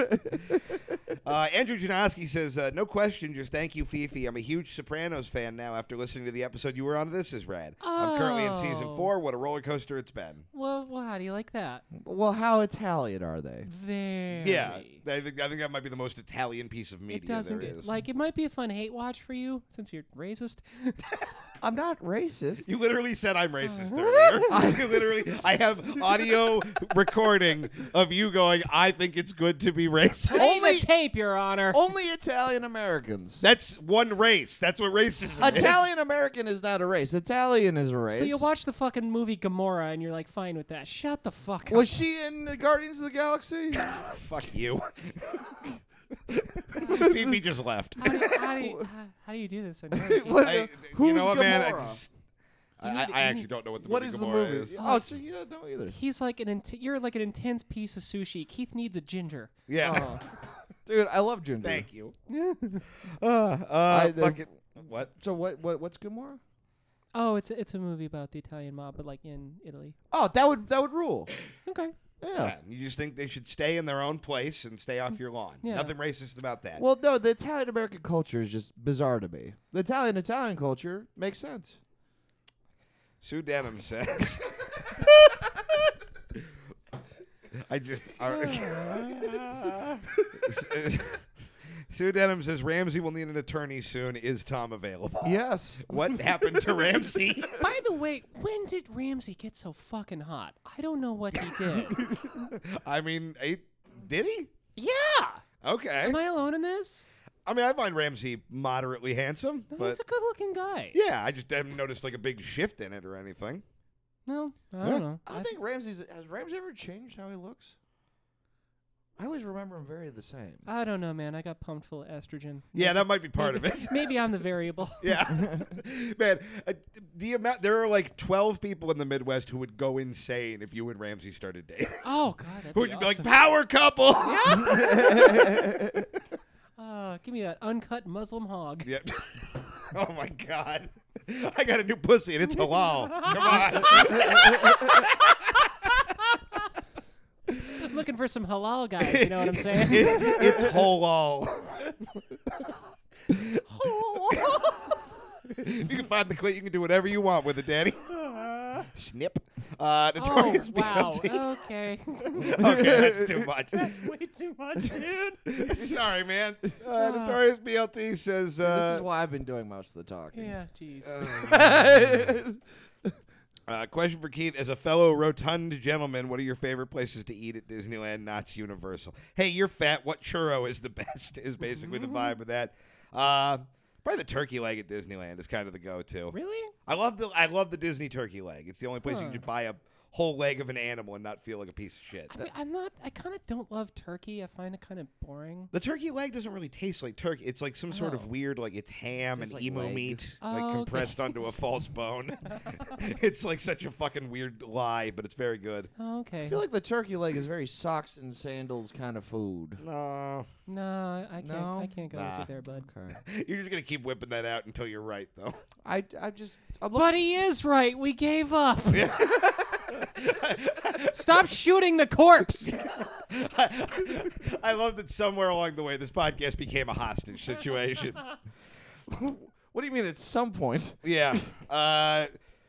S1: Uh, Andrew Janoski says, uh, "No question, just thank you, Fifi. I'm a huge Sopranos fan now after listening to the episode you were on. This is rad. I'm currently in season
S3: Oh.
S1: four. What a roller coaster it's been.
S3: well, well, how do you like that?
S2: Well, how Italian are they?
S3: Very.
S1: Yeah, I think, I think that might be the most Italian piece of media
S3: It doesn't
S1: there
S3: get-
S1: is.
S3: like it might be a fun hate watch for you since you're racist.
S2: I'm not racist.
S1: you literally said I'm racist earlier. I literally, I have audio recording of you going, "I think it's good to be racist."
S3: Only
S2: Only-
S3: tape, Your Honor.
S1: Oh,
S2: Only Italian Americans.
S1: That's one race. That's what racism is.
S2: Italian American is not a race. Italian is a race.
S3: So you watch the fucking movie Gamora and you're like fine with that. Shut the fuck up.
S2: Was she in the Guardians of the Galaxy?
S1: Fuck you. Phoebe just left.
S3: how, do you, how, do you, how, how do you do this? I know.
S2: What-
S1: I,
S2: who's
S1: you know what, man? I,
S2: Gamora?
S1: just- I- I- I actually don't know what the
S2: what
S1: movie
S2: is the
S1: Gamora
S2: movie?
S1: is.
S2: Oh, so you don't know either.
S3: He's like an int- you're like an intense piece of sushi. Keith needs a ginger.
S1: Yeah.
S2: Oh. Dude, I love Ginger.
S1: Thank you. uh, uh,
S2: I- the-
S1: fuck it. What?
S2: So what? What? What's Gamora?
S3: Oh, it's a, it's a movie about the Italian mob, but like in Italy.
S2: Oh, that would that would rule.
S3: Okay.
S2: Yeah.
S1: Yeah, You just think they should stay in their own place and stay
S2: Mm.
S1: off your lawn.
S3: Yeah.
S1: Nothing racist about that.
S2: Well, no, the Italian American culture is just bizarre to me. The Italian Italian culture makes sense.
S1: Sue Denham says. I just. are- Sue Denham says Ramsey will need an attorney soon. Is Tom available?
S2: Yes.
S1: What happened to Ramsey?
S3: By the way, when did Ramsey get so fucking hot? I don't know what he did.
S1: I mean, eh, did he?
S3: yeah.
S1: Okay.
S3: Am I alone in this?
S1: I mean, I find Ramsey moderately handsome,
S3: No,
S1: but
S3: he's a good-looking guy.
S1: yeah, I just haven't noticed like a big shift in it or anything.
S3: No, I don't know.
S2: I don't think Ramsey's has Ramsey ever changed how he looks. I always remember him very the same.
S3: I don't know, man. I got pumped full of estrogen.
S1: Yeah, that might be part of it.
S3: Maybe I'm the variable.
S1: Yeah, man, uh, the amount there are like twelve people in the Midwest who would go insane if you and Ramsey started dating.
S3: Oh God, that'd
S1: Who would
S3: be
S1: you be
S3: awesome.
S1: like, power couple?
S3: Uh, give me that uncut Muslim hog.
S1: Yep. oh my god, I got a new pussy and it's halal. Come on.
S3: Looking for some halal guys. You know what I'm saying?
S1: It- it's halal. you can find the clit. You can do whatever you want with it, Daddy. Snip. Uh,
S3: oh
S1: Notorious
S3: wow.
S1: B.I.G..
S3: Okay.
S1: okay, that's too much.
S3: Way too much, dude.
S1: Sorry, man. Uh, Notorious BLT says. Uh,
S2: this is why I've been doing most of the talking.
S3: Yeah. Jeez.
S1: Uh, question for Keith: As a fellow rotund gentleman, what are your favorite places to eat at Disneyland, Knott's Universal? Hey, you're fat. What churro is the best? Is basically the vibe of that. Uh, probably the turkey leg at Disneyland is kind of the go-to.
S3: really?
S1: I love the I love the Disney turkey leg. It's the only place you
S3: Huh.
S1: can just buy a whole leg of an animal and not feel like a piece of shit.
S3: I- I'm not. I kind of don't love turkey. I find it kind of boring.
S1: The turkey leg doesn't really taste like turkey. It's like some sort
S3: Oh.
S1: of weird, like it's ham
S2: Tastes
S1: and
S2: like
S1: emu
S2: leg.
S1: meat,
S3: Oh,
S1: like
S3: okay.
S1: compressed onto a false bone. it's like such a fucking weird lie, but it's very good.
S3: Oh, okay.
S2: I feel like the turkey leg is very socks and sandals kind of food.
S1: No,
S3: no, I can't. I
S2: No?
S3: can't go with
S1: Nah.
S3: you there, bud.
S2: Okay.
S1: you're just gonna keep whipping that out until you're right, though.
S2: I I just I'm looking.
S3: But he is right. We gave up. Stop shooting the corpse.
S1: I, love that somewhere along the way this podcast became a hostage situation.
S2: what do you mean at some point?
S1: Yeah. Uh,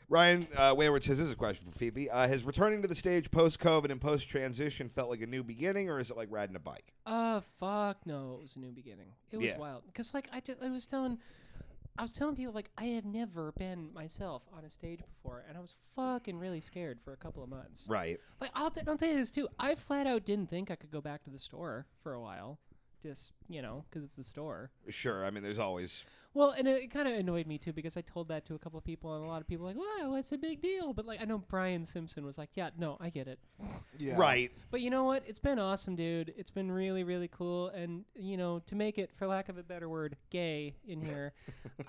S1: Ryan uh, Wayward says this is a question for Phoebe. Uh, has returning to the stage post COVID and post transition felt like a new beginning, or is it like riding a bike?
S3: Uh, fuck no. It was a new beginning. It was
S1: Yeah.
S3: wild. Cause like I did, I was telling, I was telling people like I have never been myself on a stage before, and I was fucking really scared for a couple of months.
S1: Right.
S3: Like I'll, t- I'll tell you this too. I flat out didn't think I could go back to the store for a while. Just you know, cause it's the store.
S1: Sure. I mean, there's always.
S3: Well, and it, kind of annoyed me too because I told that to a couple of people, and a lot of people were like, "Wow, what's a big deal?" But like, I know Brian Simpson was like, "Yeah, no, I get it."
S2: Yeah.
S1: Right.
S3: But you know what? It's been awesome, dude. It's been really, really cool. And you know, to make it, for lack of a better word, gay in here,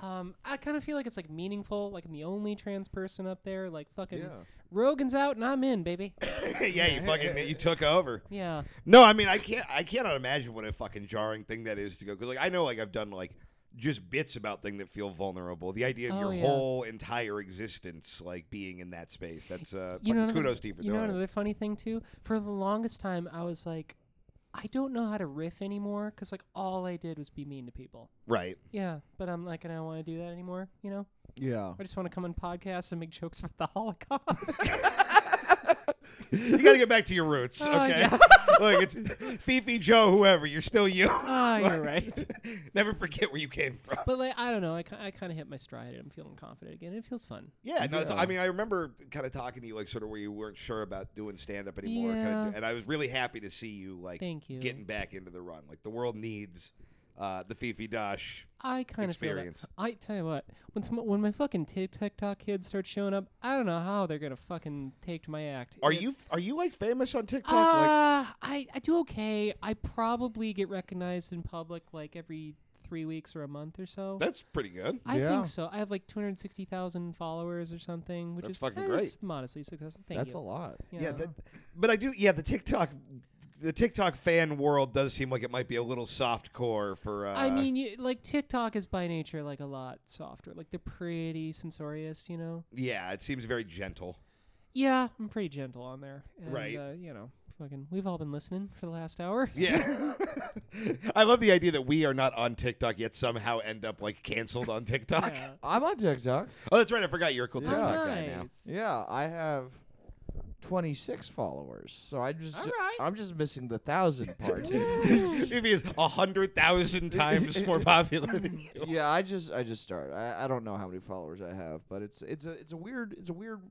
S3: um, I kind of feel like it's like meaningful. Like I'm the only trans person up there. Like fucking
S2: Yeah.
S3: Rogan's out and I'm in, baby.
S1: yeah, you fucking you took over.
S3: yeah.
S1: No, I mean, I can't. I cannot imagine what a fucking jarring thing that is to go. Because like, I know, like, I've done like just bits about things that feel vulnerable. The idea of
S3: Oh,
S1: your
S3: yeah.
S1: whole entire existence, like being in that space. That's uh,
S3: You
S1: fucking
S3: know, another-
S1: kudos to you for
S3: you know
S1: doing it.
S3: another funny thing too. For the longest time, I was like, I don't know how to riff anymore because like all I did was be mean to people.
S1: Right.
S3: Yeah, but I'm like, I don't want to do that anymore. You know,
S2: Yeah.
S3: I just want to come on podcasts and make jokes about the Holocaust.
S1: You got to get back to your roots.
S3: Oh,
S1: Okay.
S3: yeah.
S1: Look, it's Fifi, Joe, whoever. You're still you.
S3: Ah, you're right.
S1: Never forget where you came from.
S3: But like, I don't know. I, ki- I kind of hit my stride and I'm feeling confident again. It feels fun.
S1: Yeah, no, it's-
S2: Yeah.
S1: I mean, I remember kind of talking to you, like, sort of where you weren't sure about doing stand up anymore. Kind
S3: Yeah.
S1: of, and I was really happy to see you, like,
S3: Thank you.
S1: getting back into the run. Like, the world needs uh, the Fifi Dash.
S3: I kind of feel that.
S1: Experience.
S3: I tell you what, when some, when my fucking Tik- TikTok kids start showing up, I don't know how they're gonna fucking take to my act.
S1: Are
S3: It-
S1: you are you like famous on TikTok? like,
S3: Uh, I, I do okay. I probably get recognized in public like every three weeks or a month or so.
S1: that's pretty good.
S3: I
S2: Yeah.
S3: think so. I have like 260,000 followers or something, which
S1: That's
S3: is
S1: fucking
S3: eh,
S1: great. Uh,
S3: it's modestly successful. Thank
S2: That's
S3: you.
S2: a lot.
S1: Yeah, that, but I do. Yeah, the TikTok, the TikTok fan world does seem like it might be a little soft core for. Uh,
S3: I mean, you, like TikTok is by nature like a lot softer. Like they're pretty censorious, you know.
S1: yeah, it seems very gentle.
S3: Yeah, I'm pretty gentle on there. And,
S1: Right.
S3: Uh, you know, fucking, we've all been listening for the last hour. so-
S1: Yeah. I love the idea that we are not on TikTok yet somehow end up like canceled on TikTok.
S3: Yeah.
S2: I'm on TikTok.
S1: Oh, that's right. I forgot you're a cool
S2: Yeah.
S3: Oh,
S1: TikTok guy now.
S3: nice.
S2: Yeah, I have 26 followers. So I just
S3: All right.
S2: I'm just missing the 1000 part.
S1: Maybe it's a hundred thousand times more popular than you.
S2: yeah, I just I just started. I, I don't know how many followers I have, but it's it's a it's a weird it's a weird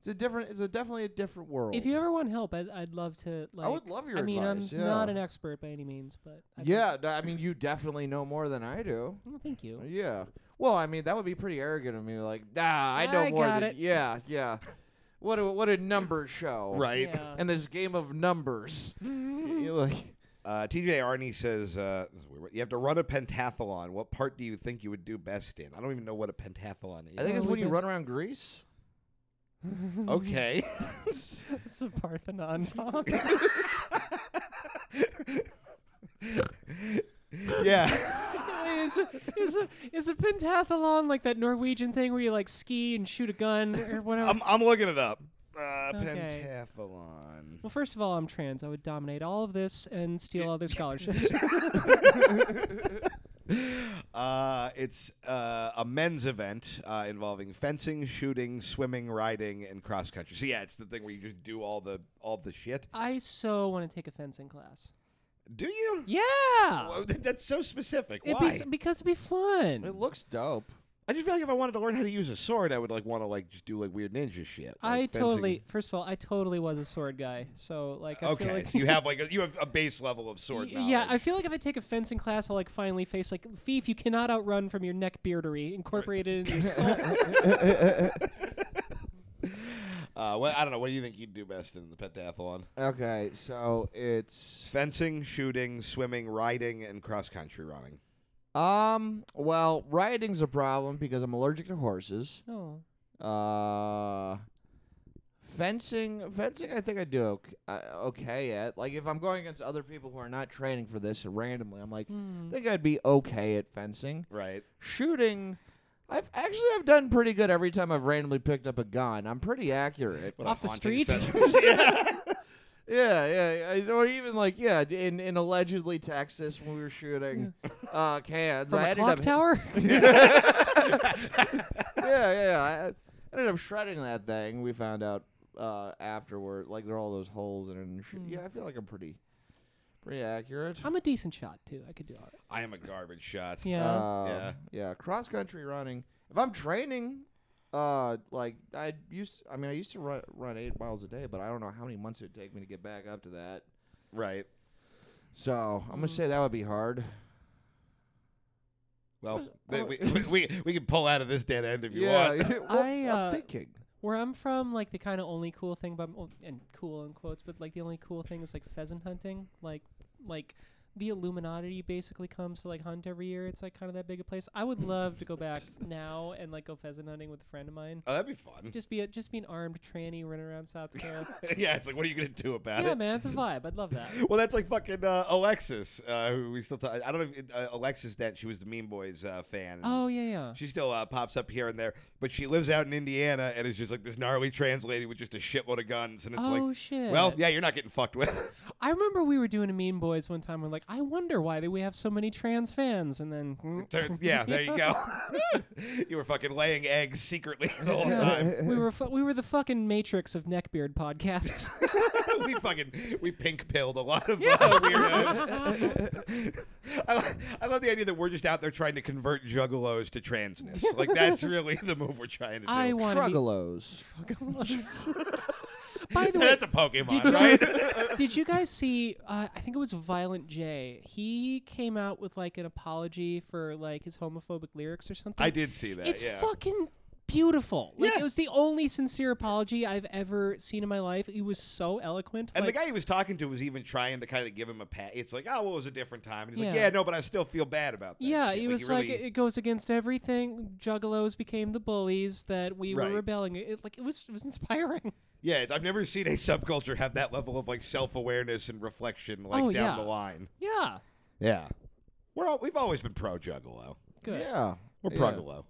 S2: it's a different it's a definitely a different world.
S3: If you ever want help, I'd, I'd love to. Like,
S2: I would love your
S3: I mean,
S2: advice.
S3: I'm
S2: yeah.
S3: not an expert by any means, but I think-
S2: Yeah, no, I mean you definitely know more than I do.
S3: Well, thank you.
S2: Yeah. Well, I mean that would be pretty arrogant of me like, "Nah, I know
S3: I
S2: more
S3: got
S2: than
S3: it."
S2: Yeah, yeah. What do, what did numbers show?
S1: Right.
S3: Yeah.
S2: And this game of numbers. you like
S1: Uh, TJ Arnie says uh, this is weird. you have to run a pentathlon. What part do you think you would do best in? I don't even know what a pentathlon
S2: I
S1: is.
S2: think it's when
S3: Well, we
S2: you
S3: could-
S2: run around Greece.
S1: Okay.
S3: it's the Parthenon, Tom.
S1: yeah.
S3: is, is, a, is a pentathlon like that Norwegian thing where you like ski and shoot a gun or whatever?
S1: I'm, I'm looking it up. Uh,
S3: Okay.
S1: Pentathlon.
S3: well, first of all, I'm trans. I would dominate all of this and steal all their scholarships.
S1: Uh, it's uh, a men's event uh, involving fencing, shooting, swimming, riding, and cross country. So yeah, it's the thing where you just do all the all the shit.
S3: I so want to take a fencing class.
S1: Do you?
S3: Yeah.
S1: Whoa, th- that's so specific.
S3: It'd be
S1: Why?
S3: s- because it'd be fun.
S2: It looks dope.
S1: I just feel like if I wanted to learn how to use a sword, I would like want to like just do like weird ninja shit. like
S3: I
S1: fencing.
S3: totally. First of all, I totally was a sword guy. So like, I
S1: Okay,
S3: feel like
S1: so you have like a, you have a base level of sword.
S3: Y- Yeah, I
S1: knowledge.
S3: feel like if I take a fencing class, I'll like finally face like thief. You cannot outrun from your neck beardery incorporated into your soul.
S1: Uh, well, I don't know. What do you think you'd do best in the pentathlon?
S2: Okay, so it's
S1: Fencing, shooting, swimming, riding, and cross country running.
S2: um. Well, riding's a problem because I'm allergic to horses.
S3: Oh.
S2: Uh, fencing, fencing. I think I do ok- uh, okay at. Like if I'm going against other people who are not training for this randomly, I'm like,
S3: Hmm.
S2: I think I'd be okay at fencing.
S1: Right.
S2: Shooting, I've actually I've done pretty good every time I've randomly picked up a gun. I'm pretty accurate.
S1: What a
S3: Off the
S1: haunting
S3: street?
S1: sentence. yeah.
S2: Yeah, yeah, yeah, or even like yeah, in in allegedly Texas when we were shooting uh, cans,
S3: From
S2: I
S3: a
S2: ended
S3: clock
S2: up
S3: tower?
S2: yeah, yeah. yeah. I I ended up shredding that thing. We found out uh, afterward, like there are all those holes in it. And
S3: Hmm.
S2: shit. Yeah, I feel like I'm pretty, pretty accurate.
S3: I'm a decent shot, too. I could do all right.
S1: I am a garbage shot.
S3: Yeah.
S2: Um,
S1: Yeah.
S2: yeah, Cross country running. If I'm training, uh, like I used, I mean, I used to run, run eight miles a day, but I don't know how many months it would take me to get back up to that.
S1: Right.
S2: So I'm
S3: Hmm.
S2: gonna say that would be hard.
S1: Well,
S2: Was-
S1: th-
S2: oh,
S1: we,
S2: it
S1: we,
S2: was-
S1: we, we can pull out of this dead end if you want.
S2: yeah, well,
S3: I, uh,
S2: I'm thinking.
S3: Where I'm from, like the kind of only cool thing about well, and cool in quotes, but like the only cool thing is like pheasant hunting. Like, like the Illuminati basically comes to like hunt every year. It's like kind of that big a place. I would love to go back now and like go pheasant hunting with a friend of mine.
S1: Oh, that'd be fun.
S3: Just be a, just be an armed tranny running around South Dakota.
S1: yeah, it's like, what are you going to do about
S3: yeah,
S1: it?
S3: man, it's a vibe. I'd love that.
S1: Well, that's like fucking uh, Alexis, uh, who we still talk. I don't know if it, uh, Alexis Dent, she was the Mean Boys uh, fan.
S3: Oh yeah, yeah.
S1: She still uh, pops up here and there, but she lives out in Indiana and is just like this gnarly trans lady with just a shitload of guns. And it's
S3: oh
S1: like,
S3: shit.
S1: well, yeah, you're not getting fucked with.
S3: I remember we were doing a Mean Boys one time. We're like, I wonder why do we have so many trans fans? And then mm,
S1: Tur- yeah, there you go. you were fucking laying eggs secretly the whole time.
S3: we were fu- we were the fucking matrix of neckbeard podcasts.
S1: we fucking we pink pilled a lot of uh, weirdos. I, lo- I love the idea that we're just out there trying to convert juggalos to transness. Like that's really the move we're trying to do.
S3: I want to be.
S2: Truggalos.
S3: By the way,
S1: that's a Pokemon,
S3: did you,
S1: right?
S3: did you guys see? Uh, I think it was Violent J. He came out with like an apology for like his homophobic lyrics or something.
S1: I did see that.
S3: It's
S1: yeah.
S3: fucking beautiful. Like
S1: Yeah.
S3: it was the only sincere apology I've ever seen in my life. It was so eloquent.
S1: And
S3: like,
S1: the guy he was talking to was even trying to kind of give him a pat. It's like, oh, well, it was a different time. And he's like,
S3: Yeah.
S1: yeah, no, but I still feel bad about that.
S3: Yeah,
S1: shit."
S3: it was like
S1: really-
S3: it goes against everything. Juggalos became the bullies that we
S1: Right.
S3: were rebelling. It like it was it was inspiring.
S1: yeah, it's, I've never seen a subculture have that level of like self awareness and reflection like
S3: Oh,
S1: down
S3: yeah.
S1: the line.
S3: Yeah,
S1: Yeah, we're all, we've always been pro juggalo.
S3: good.
S2: Yeah.
S1: We're
S2: yeah.
S1: pro juggalo.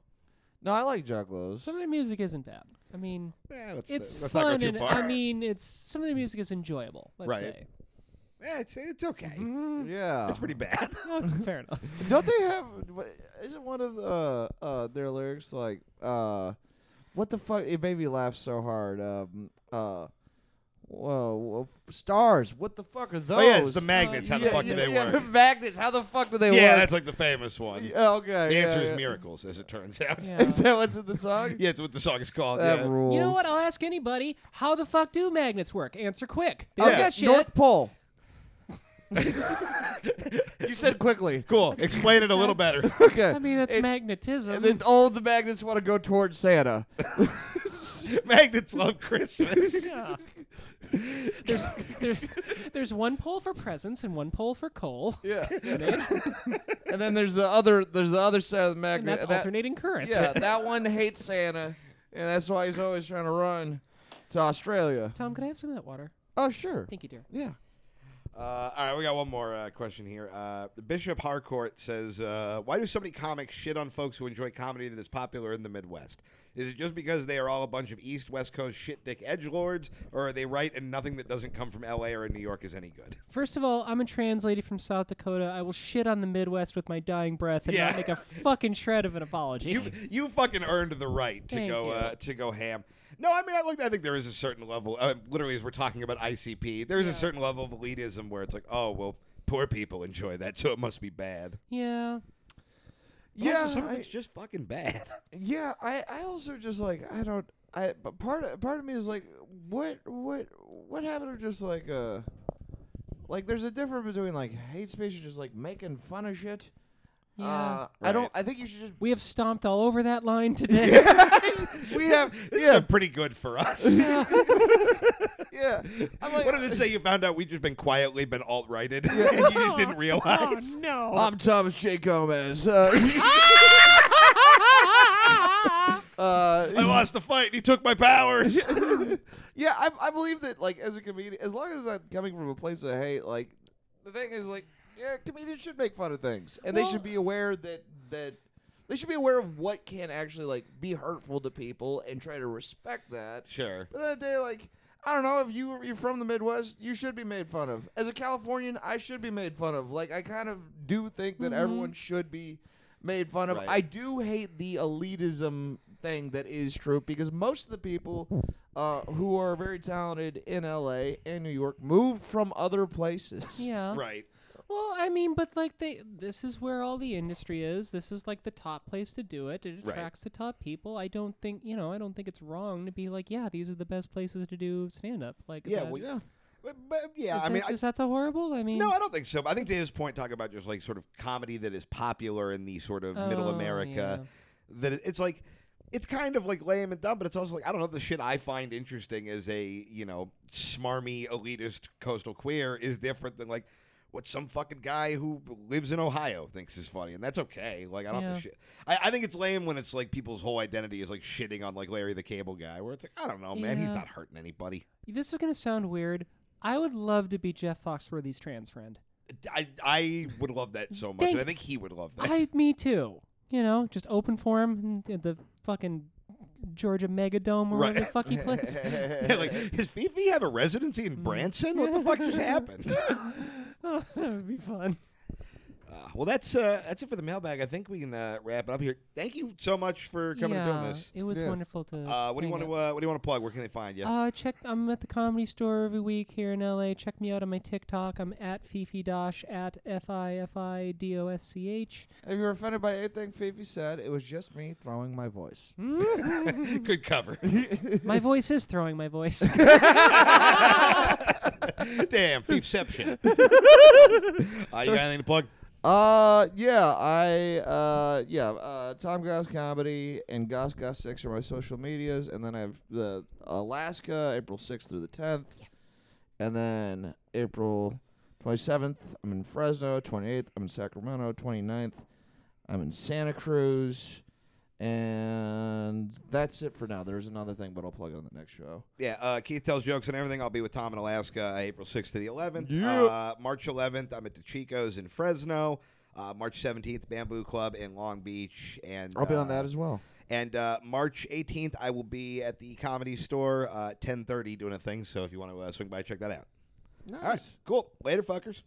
S2: No, I like juggalos.
S3: Some of the music isn't bad. I mean,
S1: Yeah, Eh, let's,
S3: it's
S1: let's
S3: fun.
S1: not go
S3: and,
S1: too far.
S3: I mean, it's some of the music is enjoyable. Let's
S1: Right.
S3: say.
S1: yeah, Eh, it's it's okay.
S2: yeah.
S1: It's pretty bad.
S3: Oh, fair enough.
S2: Don't they have? wha- Isn't one of uh, uh, their lyrics like uh, what the fuck? It made me laugh so hard. Um, uh, whoa, whoa, f- stars! What the fuck are those?
S1: oh yeah, it's the magnets. How the
S2: Yeah,
S1: fuck
S2: yeah,
S1: do they
S2: yeah,
S1: work?
S2: magnets. How the fuck do they
S1: yeah,
S2: work?
S1: that's like the famous one.
S2: Yeah, okay.
S1: the
S2: yeah,
S1: answer
S2: yeah.
S1: is miracles, as it turns out. Yeah,
S3: Yeah.
S2: Is that what's in the song?
S1: it's what the song is called.
S2: That
S1: yeah.
S2: rules.
S3: You know what? I'll ask anybody. How the fuck do magnets work? Answer quick. They
S1: Oh,
S3: don't
S1: yeah.
S3: give a shit.
S2: North Pole. you said quickly.
S1: Cool. Explain it a little
S3: That's-
S1: better.
S2: Okay.
S3: I mean, that's
S2: It-
S3: magnetism.
S2: and then all the magnets want to go towards Santa.
S1: Magnets love Christmas.
S3: Yeah. there's, there's there's one pole for presents and one pole for coal.
S2: Yeah. and then there's the other there's the other side of the
S3: And
S2: magnet.
S3: that's
S2: that-
S3: alternating current.
S2: Yeah, that one hates Santa, and that's why he's always trying to run to Australia.
S3: Tom, could I have some of that water?
S2: Oh sure.
S3: Thank you, dear.
S2: Yeah.
S1: Uh, all right, we got one more uh, question here. Uh, Bishop Harcourt says, uh, "Why do so many comics shit on folks who enjoy comedy that is popular in the Midwest? Is it just because they are all a bunch of East West Coast shit dick edge lords, or are they right and nothing that doesn't come from L.A. or New York is any good?"
S3: First of all, I'm a trans lady from South Dakota. I will shit on the Midwest with my dying breath and
S1: Yeah.
S3: not make a fucking shred of an apology.
S1: You you fucking earned the right to
S3: Thank
S1: go
S3: you.
S1: uh, to go ham. No, I mean I look. I think there is a certain level. Uh, literally, as we're talking about ICP, there is a certain level of elitism where it's like, oh well, poor people enjoy that, so it must be bad.
S3: yeah.
S1: But also,
S2: Yeah.
S1: some of
S2: I-
S1: it's just fucking bad.
S2: yeah. I, I also just like I don't I but part of, part of me is like what what what happened to just like uh like there's a difference between like hate speech and just like making fun of shit.
S3: Yeah.
S2: Uh, I
S1: Right.
S2: don't. I think you should just.
S3: we have stomped all over that line today.
S2: We have.
S1: Yeah,
S2: Yeah.
S1: pretty good for us.
S3: Yeah.
S2: Yeah. I'm like.
S1: what did they say? You found out we just been quietly been alt righted, and you just didn't
S4: Oh
S1: realize.
S3: Uh,
S4: no!
S2: I'm Thomas J. Gomez. Uh,
S1: I
S2: uh,
S1: lost the fight, and he took my powers.
S2: yeah, I, I believe that, like, as a comedian, as long as it's not coming from a place of hate, like, the thing is, like, yeah, comedians should make fun of things, and they
S3: Well-
S2: should be aware that that they should be aware of what can actually like be hurtful to people, and try to respect that.
S1: sure.
S2: But at the end of the day, like, I don't know if you you're from the Midwest, you should be made fun of. As a Californian, I should be made fun of. Like, I kind of do think that everyone should be made fun of.
S1: Right.
S2: I do hate the elitism thing that is true because most of the people uh, who are very talented in L.A. and New York moved from other places.
S3: yeah.
S1: Right.
S3: Well, I mean, but like they, this is where all the industry is. This is like the top place to do it. It
S1: Right.
S3: attracts the top people. I don't think you know. I don't think it's wrong to be like, yeah, these are the best places to do stand up. Like, is
S1: Yeah,
S3: that-
S1: well,
S2: Yeah.
S1: But, but yeah,
S3: is
S1: I mean,
S3: that,
S1: I,
S3: is that so horrible? I mean,
S1: no, I don't think so. But I think to his point, talk about just like sort of comedy that is popular in the sort of middle
S3: Oh,
S1: America. That it- it's like. It's kind of like lame and dumb, but it's also like I don't know the shit I find interesting as a you know smarmy elitist coastal queer is different than like what some fucking guy who lives in Ohio thinks is funny, and that's okay. Like I don't have
S3: Yeah.
S1: to shit. I, I think it's lame when it's like people's whole identity is like shitting on like Larry the Cable Guy, where it's like I don't know, man, he's
S3: Yeah.
S1: not hurting anybody.
S3: This is gonna sound weird. I would love to be Jeff Foxworthy's trans friend.
S1: I I would love that so much,
S3: Thank-
S1: and I think he would love that.
S3: I, me too. You know, just open for him in the fucking Georgia Megadome or
S1: Right.
S3: whatever the fuck he plays.
S1: Yeah, like, does Fifi have a residency in Branson? What the fuck just happened?
S3: oh, that would be fun.
S1: Uh, well, that's uh, that's it for the mailbag. I think we can uh, wrap it up here. Thank you so much for coming and
S3: Yeah,
S1: doing this.
S3: It was
S2: Yeah.
S3: wonderful to.
S1: Uh, what do you want
S3: hang out.
S1: to uh, What do you want to plug? Where can they find you?
S3: Uh, check. I'm at the comedy store every week here in LA. Check me out on my TikTok. I'm at Fifi Dosh at F I F I D O S C H.
S2: If you were offended by anything Fifi said, it was just me throwing my voice.
S1: Good cover.
S3: My voice is throwing my voice.
S1: Damn, Fiefception. uh, you got anything to plug?
S2: Uh, yeah, I, uh, yeah, uh, Tom Goss Comedy and Goss Goss 6 are my social medias. And then I have the Alaska, April 6th through the 10th. And then April 27th, I'm in Fresno. 28th, I'm in Sacramento. 29th, I'm in Santa Cruz. And that's it for now. There's another thing, but I'll plug it on the next show.
S1: Yeah, uh, Keith tells jokes and everything. I'll be with Tom in Alaska uh, April 6th to the 11th. Uh, March 11th, I'm at the Chico's in Fresno. Uh, March 17th, Bamboo Club in Long Beach. And
S2: I'll be on
S1: uh,
S2: that as well.
S1: And uh, March 18th, I will be at the Comedy Store, uh, 10:30, doing a thing. So if you want to uh, swing by, check that out.
S2: Nice.
S1: All right, cool. Later, fuckers.